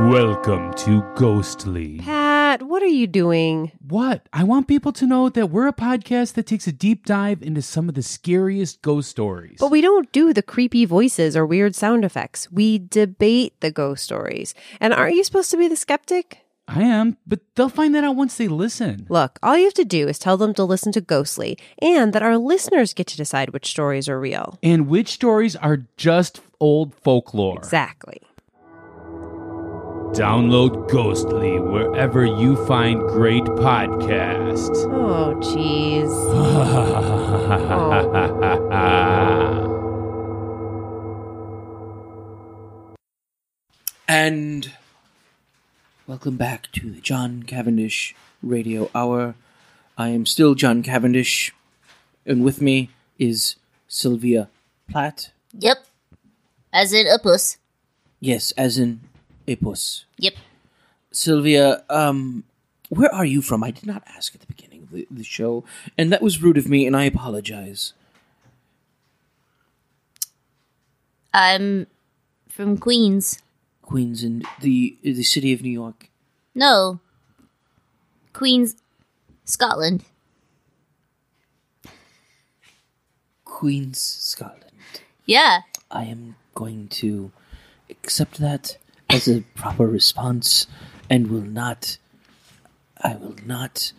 S8: Welcome to Ghostly.
S9: Pat, what are you doing?
S8: What? I want people to know that we're a podcast that takes a deep dive into some of the scariest ghost stories.
S9: But we don't do the creepy voices or weird sound effects. We debate the ghost stories. And aren't you supposed to be the skeptic?
S8: I am, but they'll find that out once they listen.
S9: Look, all you have to do is tell them to listen to Ghostly and that our listeners get to decide which stories are real.
S8: And which stories are just old folklore?
S9: Exactly.
S8: Download Ghostly wherever you find great podcasts.
S9: Oh, jeez.
S2: Oh.
S1: And welcome back to the John Cavendish Radio Hour. I am still John Cavendish, and with me is Sylvia Platt.
S2: Yep. As in a puss.
S1: Yes, as in a puss.
S2: Yep.
S1: Sylvia, um, where are you from? I did not ask at the beginning of the, the show, and that was rude of me, and I apologize.
S2: I'm from Queens.
S1: Queens and the the city of New York.
S2: No. Queens, Scotland.
S1: Queens, Scotland.
S2: Yeah.
S1: I am going to accept that as a proper response and will not. I will not.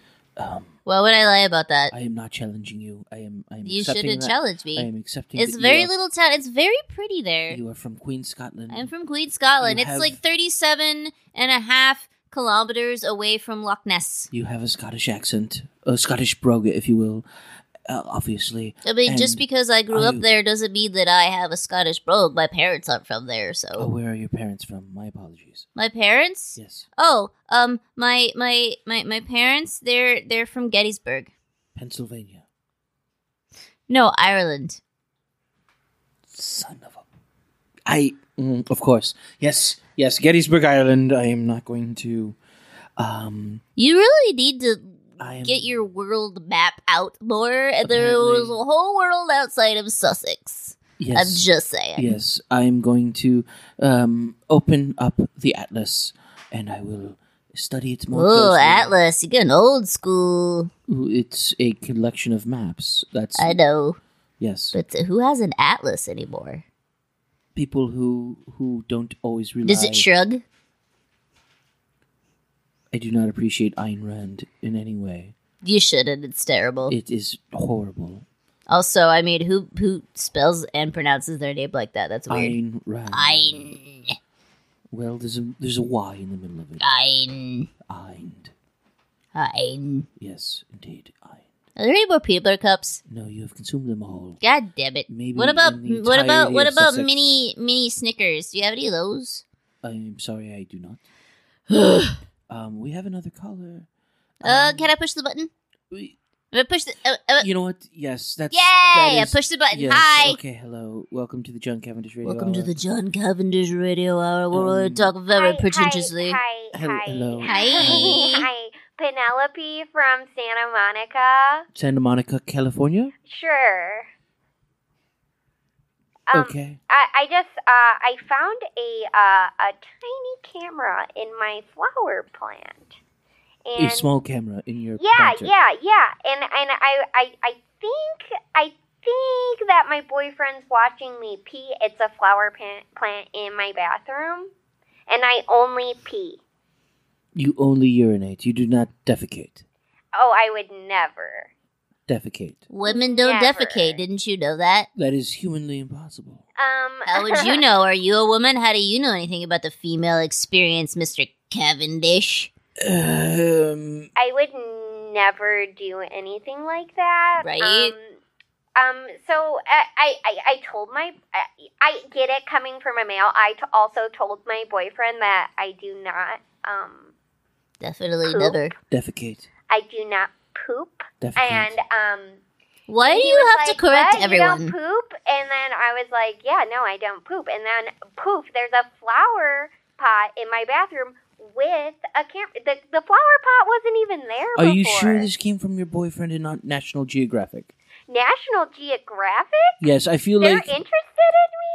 S2: Why would I lie about that?
S1: I am not challenging you. I am. I am
S2: You
S1: accepting
S2: shouldn't
S1: that-
S2: challenge me.
S1: I am accepting.
S2: It's
S1: that you
S2: very
S1: are-
S2: little town. It's very pretty there.
S1: You are from Queens, Scotland.
S2: I'm from Queens, Scotland.
S1: You
S2: It's
S1: have-
S2: like 37 and a half kilometers away from Loch Ness.
S1: You have a Scottish accent, a Scottish brogue, if you will. Uh, obviously,
S2: I mean, just
S1: And-
S2: because I grew
S1: I-
S2: up there doesn't mean that I have a Scottish brogue. My parents aren't from there, so
S1: Oh, where are your parents from? My apologies.
S2: my parents.
S1: Yes,
S2: Oh, um, my my my my parents. They're they're from Gettysburg.
S1: Pennsylvania.
S2: No, Ireland.
S1: Son of a. I. Mm, of course. Yes. Yes. Gettysburg, Ireland. I am not going to. Um.
S2: You really need to
S1: I am.
S2: get your world map out more. And
S1: Apparently.
S2: there's a whole world outside of Sussex.
S1: Yes.
S2: I'm just saying.
S1: Yes, I'm going to um, open up the atlas, and I will study it more
S2: Ooh,
S1: closely.
S2: Atlas, you're getting old school.
S1: Ooh, It's a collection of maps. That's
S2: I know,
S1: yes.
S2: but who has an atlas anymore?
S1: People who who don't always rely.
S2: Does it shrug?
S1: I do not appreciate Ayn Rand in any way.
S2: You shouldn't. It's terrible.
S1: It is horrible.
S2: Also, I mean, who who spells and pronounces their name like that? That's weird.
S1: Ayn Rand.
S2: Ein,
S1: Well, there's a there's a Y in the middle of it.
S2: ein,
S1: Eind.
S2: ein.
S1: Yes, indeed. Eind.
S2: Are there any more peanut butter cups?
S1: No, you have consumed them all.
S2: God damn it!
S1: Maybe
S2: what about
S1: in the
S2: what about
S1: entirety
S2: what
S1: of
S2: about
S1: Sussex.
S2: mini mini Snickers? Do you have any of those?
S1: I'm sorry, I do not. um, we have another caller.
S2: uh,
S1: Um,
S2: can I push the button?
S1: we-
S2: If I push the. Uh, uh,
S1: You know what? Yes, that's.
S2: Yay!
S1: that
S2: I
S1: is-
S2: pushed the button.
S1: Yes,
S2: Hi.
S1: Okay, hello. Welcome to the John Cavendish Radio.
S2: Welcome to
S1: Hour.
S2: the John Cavendish Radio Hour. where we
S1: Um,
S2: talk very
S6: Hi,
S2: pretentiously.
S6: Hi, hi,
S1: Hel-
S6: hi.
S1: hello.
S2: Hi.
S6: Hi, Penelope from Santa Monica.
S1: Santa Monica, California.
S6: Sure. Um,
S1: okay.
S6: I, I just uh, I found a uh, a tiny camera in my flower plant.
S1: A small camera in your.
S6: Yeah,
S1: planter.
S6: yeah, yeah. And and I, I I think I think that my boyfriend's watching me pee. It's a flower pan- plant in my bathroom, and I only pee.
S1: You only urinate. You do not defecate.
S6: Oh, I would never.
S1: Defecate.
S2: Women don't
S6: Never.
S2: defecate. Didn't you know that?
S1: That is humanly impossible.
S6: Um,
S2: How would you know? Are you a woman? How do you know anything about the female experience, Mr. Cavendish?
S1: Um.
S6: I would never do anything like that.
S2: Right?
S6: Um, um, so I, I, I- I told my, I, I get it coming from a male. I t- also told my boyfriend that I do not, um,
S2: Definitely
S6: Cool.
S2: never.
S1: Defecate.
S6: I do not poop.
S1: Definitely.
S6: And um,
S2: Why do
S6: he
S2: you
S6: was
S2: have
S6: like,
S2: to correct
S6: "What?
S2: everyone?
S6: You don't poop? And then I was like, yeah, no, I don't poop. And then poof, there's a flower pot in my bathroom with a camp. The, the flower pot wasn't even there.
S1: Are you
S6: before.
S1: sure this came from your boyfriend and not National Geographic?
S6: National Geographic?
S1: Yes, I feel
S6: They're
S1: like
S6: interested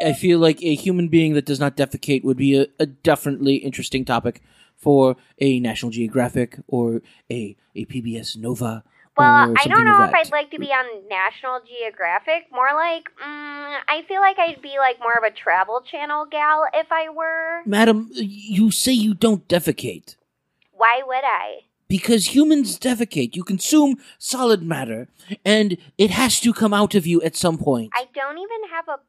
S6: in me.
S1: I feel like a human being that does not defecate would be a, a definitely interesting topic for a National Geographic or a, a PBS Nova.
S6: Well,
S1: or
S6: I
S1: something
S6: don't know
S1: of
S6: if
S1: that.
S6: I'd like to be on National Geographic. More like, mm, I feel like I'd be like more of a Travel Channel gal if I were.
S1: Madam, you say you don't defecate.
S6: Why would I?
S1: Because humans defecate. You consume solid matter, and it has to come out of you at some point.
S6: I don't even have a.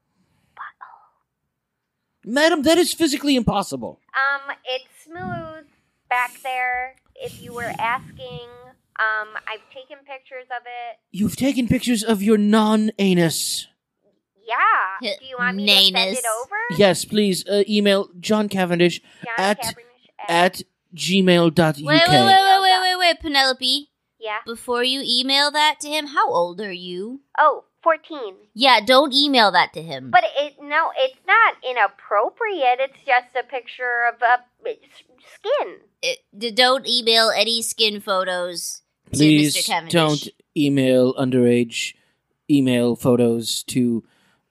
S1: Madam, that is physically impossible.
S6: Um, it's smooth back there. If you were asking, um, I've taken pictures of it.
S1: You've taken pictures of your non anus.
S6: Yeah. Do you want me to send
S2: Nanus.
S6: it over?
S1: Yes, please uh, email John Cavendish
S6: John
S1: at,
S6: Cabernet-
S1: at gmail.uk.
S2: Wait, wait, wait, wait, wait, wait, wait, Penelope.
S6: Yeah.
S2: Before you email that to him, how old are you?
S6: Oh, 14.
S2: Yeah, don't email that to
S1: Hmm.
S2: him.
S6: But it no, it's not inappropriate. It's just a picture of a s- skin.
S2: It- d- don't email any skin photos to Mr.
S1: Please
S2: Cavendish.
S1: don't email underage email photos to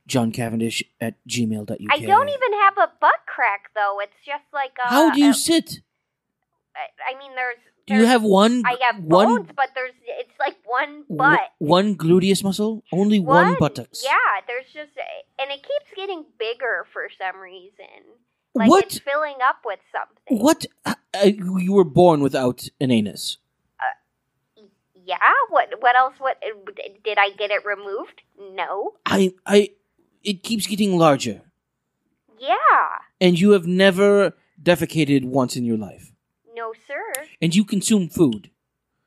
S1: John Cavendish at gmail.uk.
S6: I don't even uh, have a butt crack though. It's just like a,
S1: How do you
S6: a-
S1: sit?
S6: I- I mean, there's.
S1: Do you
S6: there's-
S1: have one?
S6: I have
S1: one,
S6: bones, but there's. It's like one
S1: w-
S6: butt.
S1: one gluteus muscle? Only one buttocks.
S6: Yeah, there's just, and it keeps getting bigger for some reason. Like
S1: What?
S6: it's filling up with something.
S1: What? Uh, you were born without an anus.
S6: Yeah. What? What else? What? uh, Did I get it removed? No.
S1: I, I, it keeps getting larger,
S6: Yeah.
S1: and you have never defecated once in your life,
S6: No, sir.
S1: and you consume food,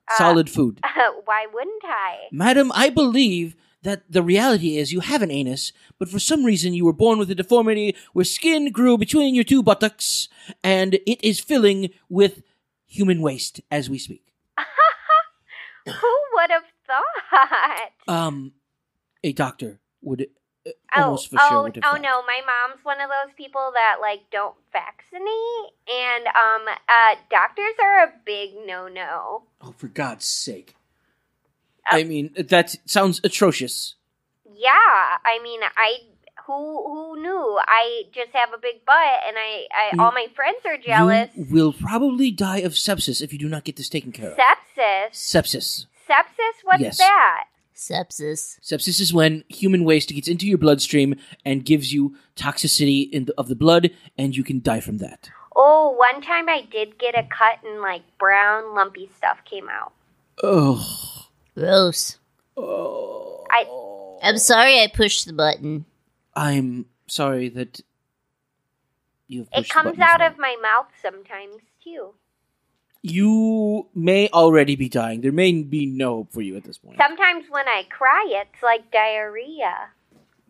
S6: Ah.
S1: solid food.
S6: why wouldn't I?
S1: Madam, I believe that the reality is you have an anus, but for some reason you were born with a deformity where skin grew between your two buttocks, and it is filling with human waste as we speak.
S6: Who would have thought?
S1: Um, a doctor would uh,
S6: Oh,
S1: almost for sure
S6: oh,
S1: would have
S6: oh
S1: thought.
S6: no! My mom's one of those people that like don't vaccinate, and um, uh, doctors are a big no-no.
S1: Oh, for God's sake! I mean, that sounds atrocious.
S6: Yeah, I mean, I who who knew? I just have a big butt, and I, I
S1: You-
S6: all my friends are jealous.
S1: You will probably die of sepsis if you do not get this taken care of.
S6: Sepsis,
S1: sepsis.
S6: sepsis. What's
S1: Yes.
S6: that?
S2: Sepsis.
S1: Sepsis is when human waste gets into your bloodstream and gives you toxicity in the, of the blood, and you can die from that.
S6: Oh, one time I did get a cut, and like brown lumpy stuff came out.
S1: Ugh.
S2: Gross.
S1: Oh,
S6: I
S2: I'm sorry I pushed the button.
S1: I'm sorry that you've.
S6: it comes out of my mouth sometimes too.
S1: You may already be dying. There may be no hope for you at this point.
S6: Sometimes when I cry, it's like diarrhea.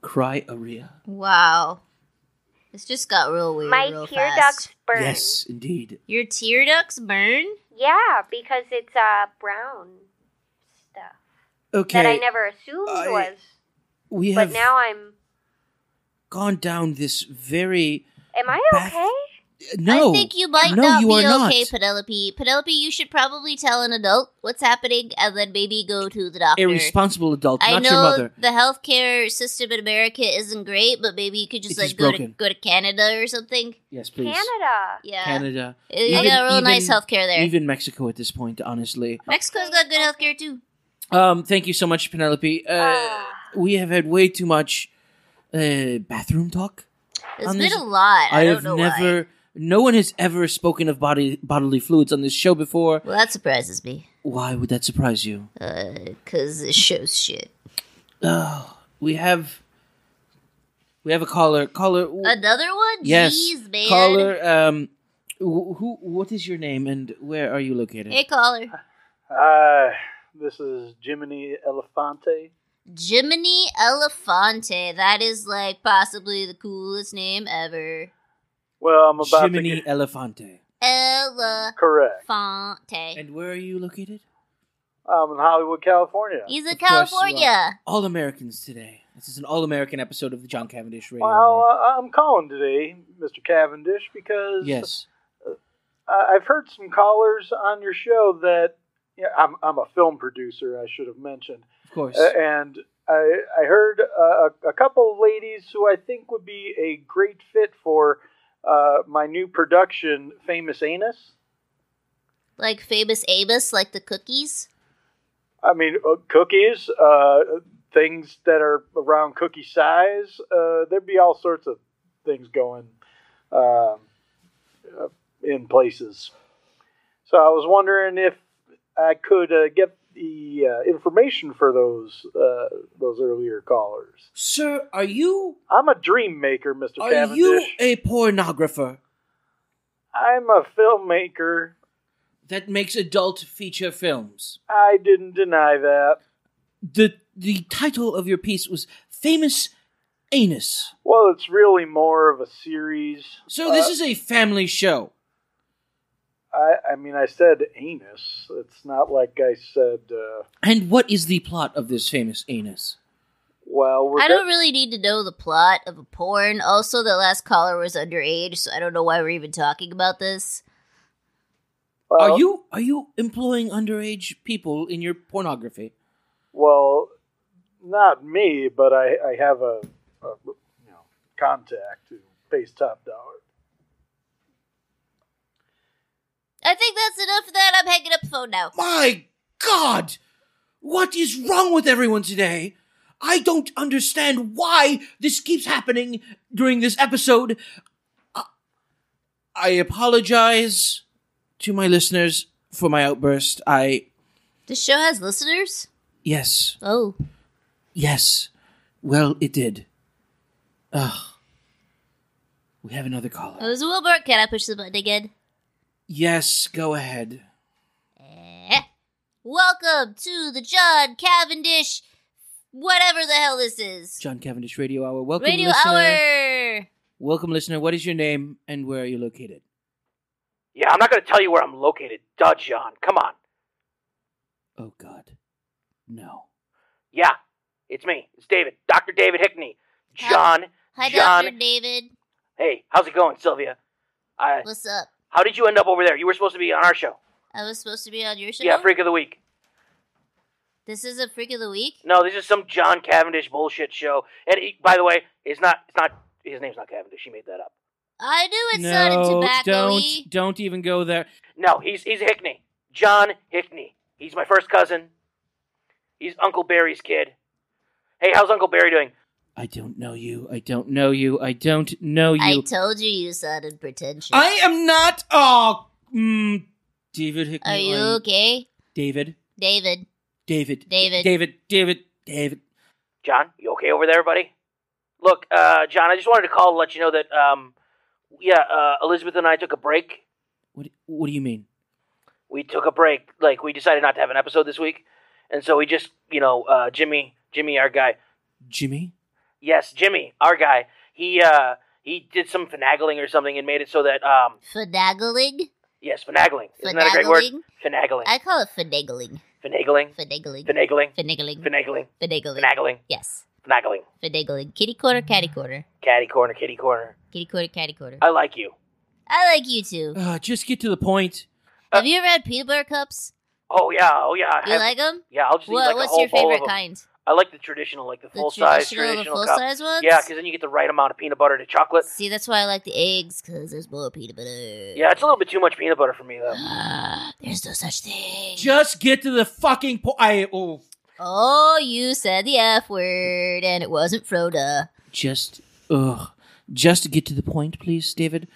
S1: Cry, Aria.
S2: Wow. This just got real weird.
S6: My
S2: real
S6: tear
S2: fast.
S6: ducts burn.
S1: Yes, indeed.
S2: Your tear ducts burn?
S6: Yeah, because it's uh brown stuff
S1: Okay,
S6: that I never assumed
S1: I
S6: was.
S1: we
S6: But
S1: have
S6: now I'm.
S1: gone down this very.
S6: Am I
S1: Beth-
S6: okay?
S1: No,
S2: I think you might
S1: no,
S2: not
S1: you
S2: be
S1: are
S2: okay,
S1: not.
S2: Penelope. Penelope, you should probably tell an adult what's happening and then maybe go to the doctor.
S1: A responsible adult,
S2: I
S1: not
S2: know
S1: your mother.
S2: the healthcare system in America isn't great, but maybe you could just
S1: It is
S2: like go to
S1: broken.
S2: go to Canada or something.
S1: Yes, please.
S6: Canada.
S2: Yeah.
S1: Canada.
S2: You got real nice healthcare there.
S1: Even Mexico at this point, honestly.
S2: Mexico's got good healthcare too.
S1: Um, thank you so much, Penelope. Uh,
S6: Ah.
S1: we have had way too much uh, bathroom talk.
S2: It's
S1: On
S2: been
S1: this-
S2: a lot. I, don't
S1: have
S2: know
S1: never.
S2: why.
S1: No one has ever spoken of body bodily fluids on this show before.
S2: Well, that surprises me
S1: Why would that surprise you?
S2: because it shows shit.
S1: Oh, we have. We have a caller. Caller. w-
S2: Another one?
S1: yes.
S2: Jeez, man.
S1: Caller. Um. wh- Who? What is your name and where are you located?
S2: Hey, caller.
S7: Uh, this is Jiminy Elefante.
S2: Jiminy Elefante. That is like possibly the coolest name ever.
S7: Well, I'm about to
S1: Jiminy
S7: get,
S1: Elefante.
S2: Elefante.
S7: correct.
S1: And where are you located?
S7: um, in Hollywood, California.
S2: He's a
S1: uh, Of course you are.
S2: California.
S1: All Americans today. This is an all American episode of the John Cavendish Radio.
S7: Well,
S1: Hour.
S7: uh, I'm calling today, Mr. Cavendish, because
S1: yes.
S7: uh, I've heard some callers on your show that yeah, I'm, I'm a film producer, I should have mentioned.
S1: Of course.
S7: Uh, and I, I heard uh, a, a couple of ladies who I think would be a great fit for uh, my new production, Famous Anus.
S2: Like famous Amos, like the cookies.
S7: I mean, uh, cookies, uh, things that are around cookie size. Uh, there'd be all sorts of things going um, uh, in places. So I was wondering if I could uh, get the uh, information for those uh, those earlier callers.
S1: Sir, are you
S7: I'm a dream maker, Mister
S1: are
S7: Cavendish.
S1: you a pornographer?
S7: I'm a filmmaker.
S1: that makes adult feature films.
S7: I didn't deny that.
S1: The the title of your piece was Famous Anus.
S7: Well, it's really more of a series.
S1: So this
S7: Uh,
S1: is a family show.
S7: I, I mean, I said anus. It's not like I said, uh,
S1: And what is the plot of this famous anus?
S7: well, we're
S2: I
S7: go-
S2: don't really need to know the plot of a porn. Also, the last caller was underage, so I don't know why we're even talking about this.
S7: well,
S1: are Oh, you are you employing underage people in your pornography?
S7: Well, not me, but I, I have a, a you know, contact who pays top dollar.
S2: I think that's enough of that. I'm hanging up the phone now.
S1: My God! What is wrong with everyone today? I don't understand why this keeps happening during this episode. I- I apologize to my listeners for my outburst. I.
S2: This show has listeners?
S1: Yes,
S2: Oh.
S1: yes. Well, it did. Ugh. We have another caller.
S2: I was Wilbur. Can I push the button again?
S1: yes, go ahead.
S2: Eh. Welcome to the John Cavendish, whatever the hell this is.
S1: John Cavendish Radio Hour. Welcome,
S2: Radio
S1: listener.
S2: Hour.
S1: Welcome, listener. What is your name and where are you located?
S3: Yeah, I'm not going to tell you where I'm located. Duh, John. Come on.
S1: Oh God, no.
S3: Yeah, it's me. It's David. Dr. David Hickney. John.
S2: Hi,
S3: John.
S2: Dr. David.
S3: Hey, how's it going, Sylvia? Uh,
S2: What's up?
S3: how did you end up over there? You were supposed to be on our show.
S2: I was supposed to be on your show.
S3: Yeah, Freak of the Week.
S2: This is a freak of the week.
S3: No, this is some John Cavendish bullshit show. And he, by the way, it's not. It's not. His name's not Cavendish. He made that up.
S2: I knew it sounded
S1: no,
S2: tobacco-y.
S1: don't don't even go there.
S3: No, he's he's Hickney. John Hickney. He's my first cousin. He's Uncle Barry's kid. Hey, how's Uncle Barry doing?
S1: I don't know you. I don't know you. I don't know you.
S2: I told you you sounded pretentious.
S1: I am not. Oh, mm, David Hickman.
S2: Are you
S1: I-
S2: okay,
S1: David.
S2: David?
S1: David.
S2: David.
S1: David. David. David.
S3: John, you okay over there, buddy? Look, uh, John, I just wanted to call to let you know that, um, yeah, uh, Elizabeth and I took a break.
S1: What? What do you mean?
S3: We took a break. Like, we decided not to have an episode this week, and so we just, you know, uh, Jimmy, Jimmy, our guy,
S1: Jimmy?
S3: yes, Jimmy, our guy, he, uh, he did some finagling or something and made it so that, um,
S2: Finagling?
S3: yes, finagling. Isn't that a great word?
S2: Finagling?
S3: Finagling.
S2: I call it finagling.
S3: Finagling.
S2: Finagling.
S3: Finagling.
S2: Finagling.
S3: Finagling.
S2: Finagling.
S3: Finagling.
S2: Yes.
S3: Finagling.
S2: Finagling. Kitty corner, catty corner.
S3: Catty corner, kitty corner.
S2: Kitty corner, catty corner.
S3: I like you.
S2: I like you too.
S1: Uh, just get to the point.
S2: Have you ever had peanut butter cups?
S3: Oh yeah, oh yeah. I
S2: You
S3: have-
S2: like them?
S3: yeah, I'll just eat like a
S2: what's
S3: whole
S2: your
S3: bowl of
S2: favorite
S3: 'em.
S2: kind?
S3: I like the traditional, like the
S2: The
S3: full size
S2: traditional,
S3: traditional
S2: the full
S3: cup.
S2: size ones?
S3: Yeah, because then you get the right amount of peanut butter to chocolate.
S2: See, that's why I like the eggs, because there's more peanut butter. Ah,
S3: Yeah, it's a little bit too much peanut butter for me though.
S2: There's no such thing.
S1: Just get to the fucking point. I. Oh.
S2: oh, you said the F word, and it wasn't Froda.
S1: Just. Ugh. Just get to the point, please, David.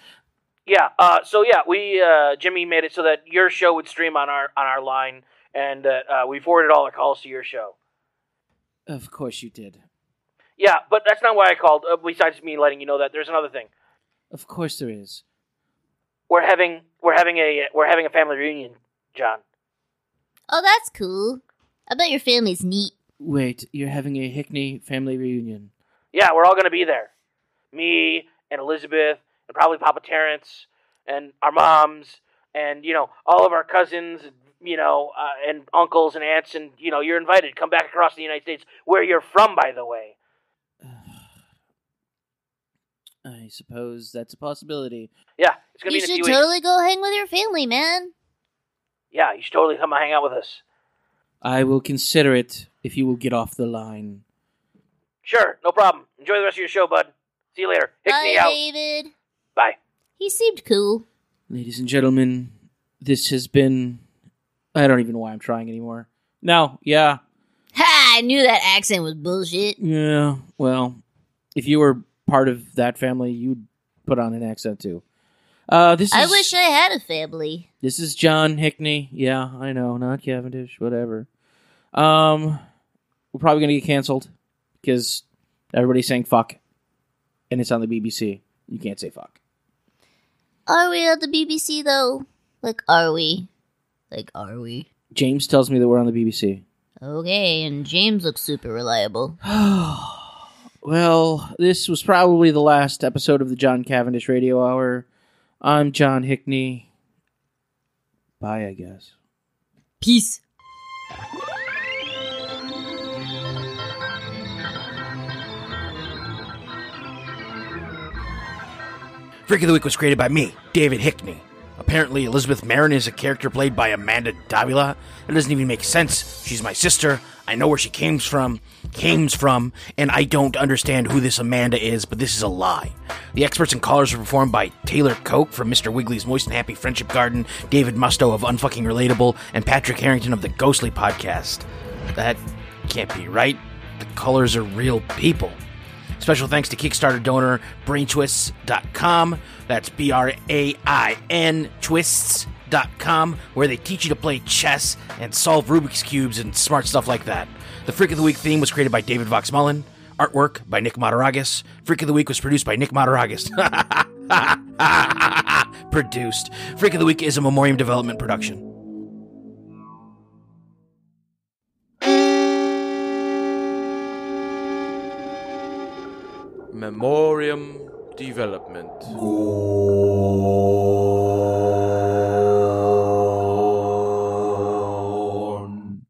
S3: Yeah. Uh, so yeah, we uh, Jimmy made it so that your show would stream on our on our line, and that uh, we forwarded all our calls to your show.
S1: Of course you did.
S3: Yeah, but that's not why I called. Uh, besides me letting you know that there's another thing.
S1: Of course there is.
S3: We're having we're having a we're having a family reunion, John.
S2: Oh, that's cool. I bet your family's neat.
S1: Wait, you're having a Hickney family reunion.
S3: Yeah, we're all gonna be there. Me and Elizabeth and probably Papa Terrence and our moms and you know all of our cousins,
S10: you know, uh, and uncles and aunts, and you know, you're invited. Come back across the United States, where you're from, by the way.
S11: I suppose that's a possibility.
S10: Yeah, it's gonna
S2: You
S10: be in a few
S2: should
S10: weeks.
S2: totally go hang with your family, man.
S10: Yeah, you should totally come hang out with us.
S11: I will consider it if you will get off the line.
S10: Sure, no problem. Enjoy the rest of your show, bud. See you later. Hickney
S2: Bye,
S10: out.
S2: David.
S10: Bye.
S2: He seemed cool.
S11: Ladies and gentlemen, this has been. I don't even know why I'm trying anymore. No, yeah,
S2: Ha! I knew that accent was bullshit.
S11: yeah. Well, if you were part of that family, you'd put on an accent too. Uh, this is,
S2: I wish I had a family.
S11: This is John Hickney. Yeah, I know, not Cavendish. Whatever. Um, we're probably gonna get canceled because everybody's saying fuck, and it's on the BBC. You can't say fuck.
S2: Are we on the BBC though? Like, are we? Like, are we?
S11: James tells me that we're on the BBC.
S2: Okay, and James looks super reliable.
S11: Well, this was probably the last episode of the John Cavendish Radio Hour. I'm John Hickney. Bye, I guess.
S2: Peace.
S1: Freak of the Week was created by me, David Hickney. Apparently, Elizabeth Marin is a character played by Amanda Davila. It doesn't even make sense. She's my sister. I know where she came from, came from, and I don't understand who this Amanda is, but this is a lie. The experts and callers were performed by Taylor Koch from Mr. Wiggly's Moist and Happy Friendship Garden, David Musto of Unfucking Relatable, and Patrick Harrington of the Ghostly Podcast. That can't be right. The callers are real people. Special thanks to Kickstarter donor braintwists.com. That's B R A I N twists.com, where they teach you to play chess and solve Rubik's Cubes and smart stuff like that. The Freak of the Week theme was created by David Vox Mullen. Artwork by Nick Mataragas. Freak of the Week was produced by Nick Mataragas. produced. Freak of the Week is a Memoriam Development production.
S5: Memoriam Development.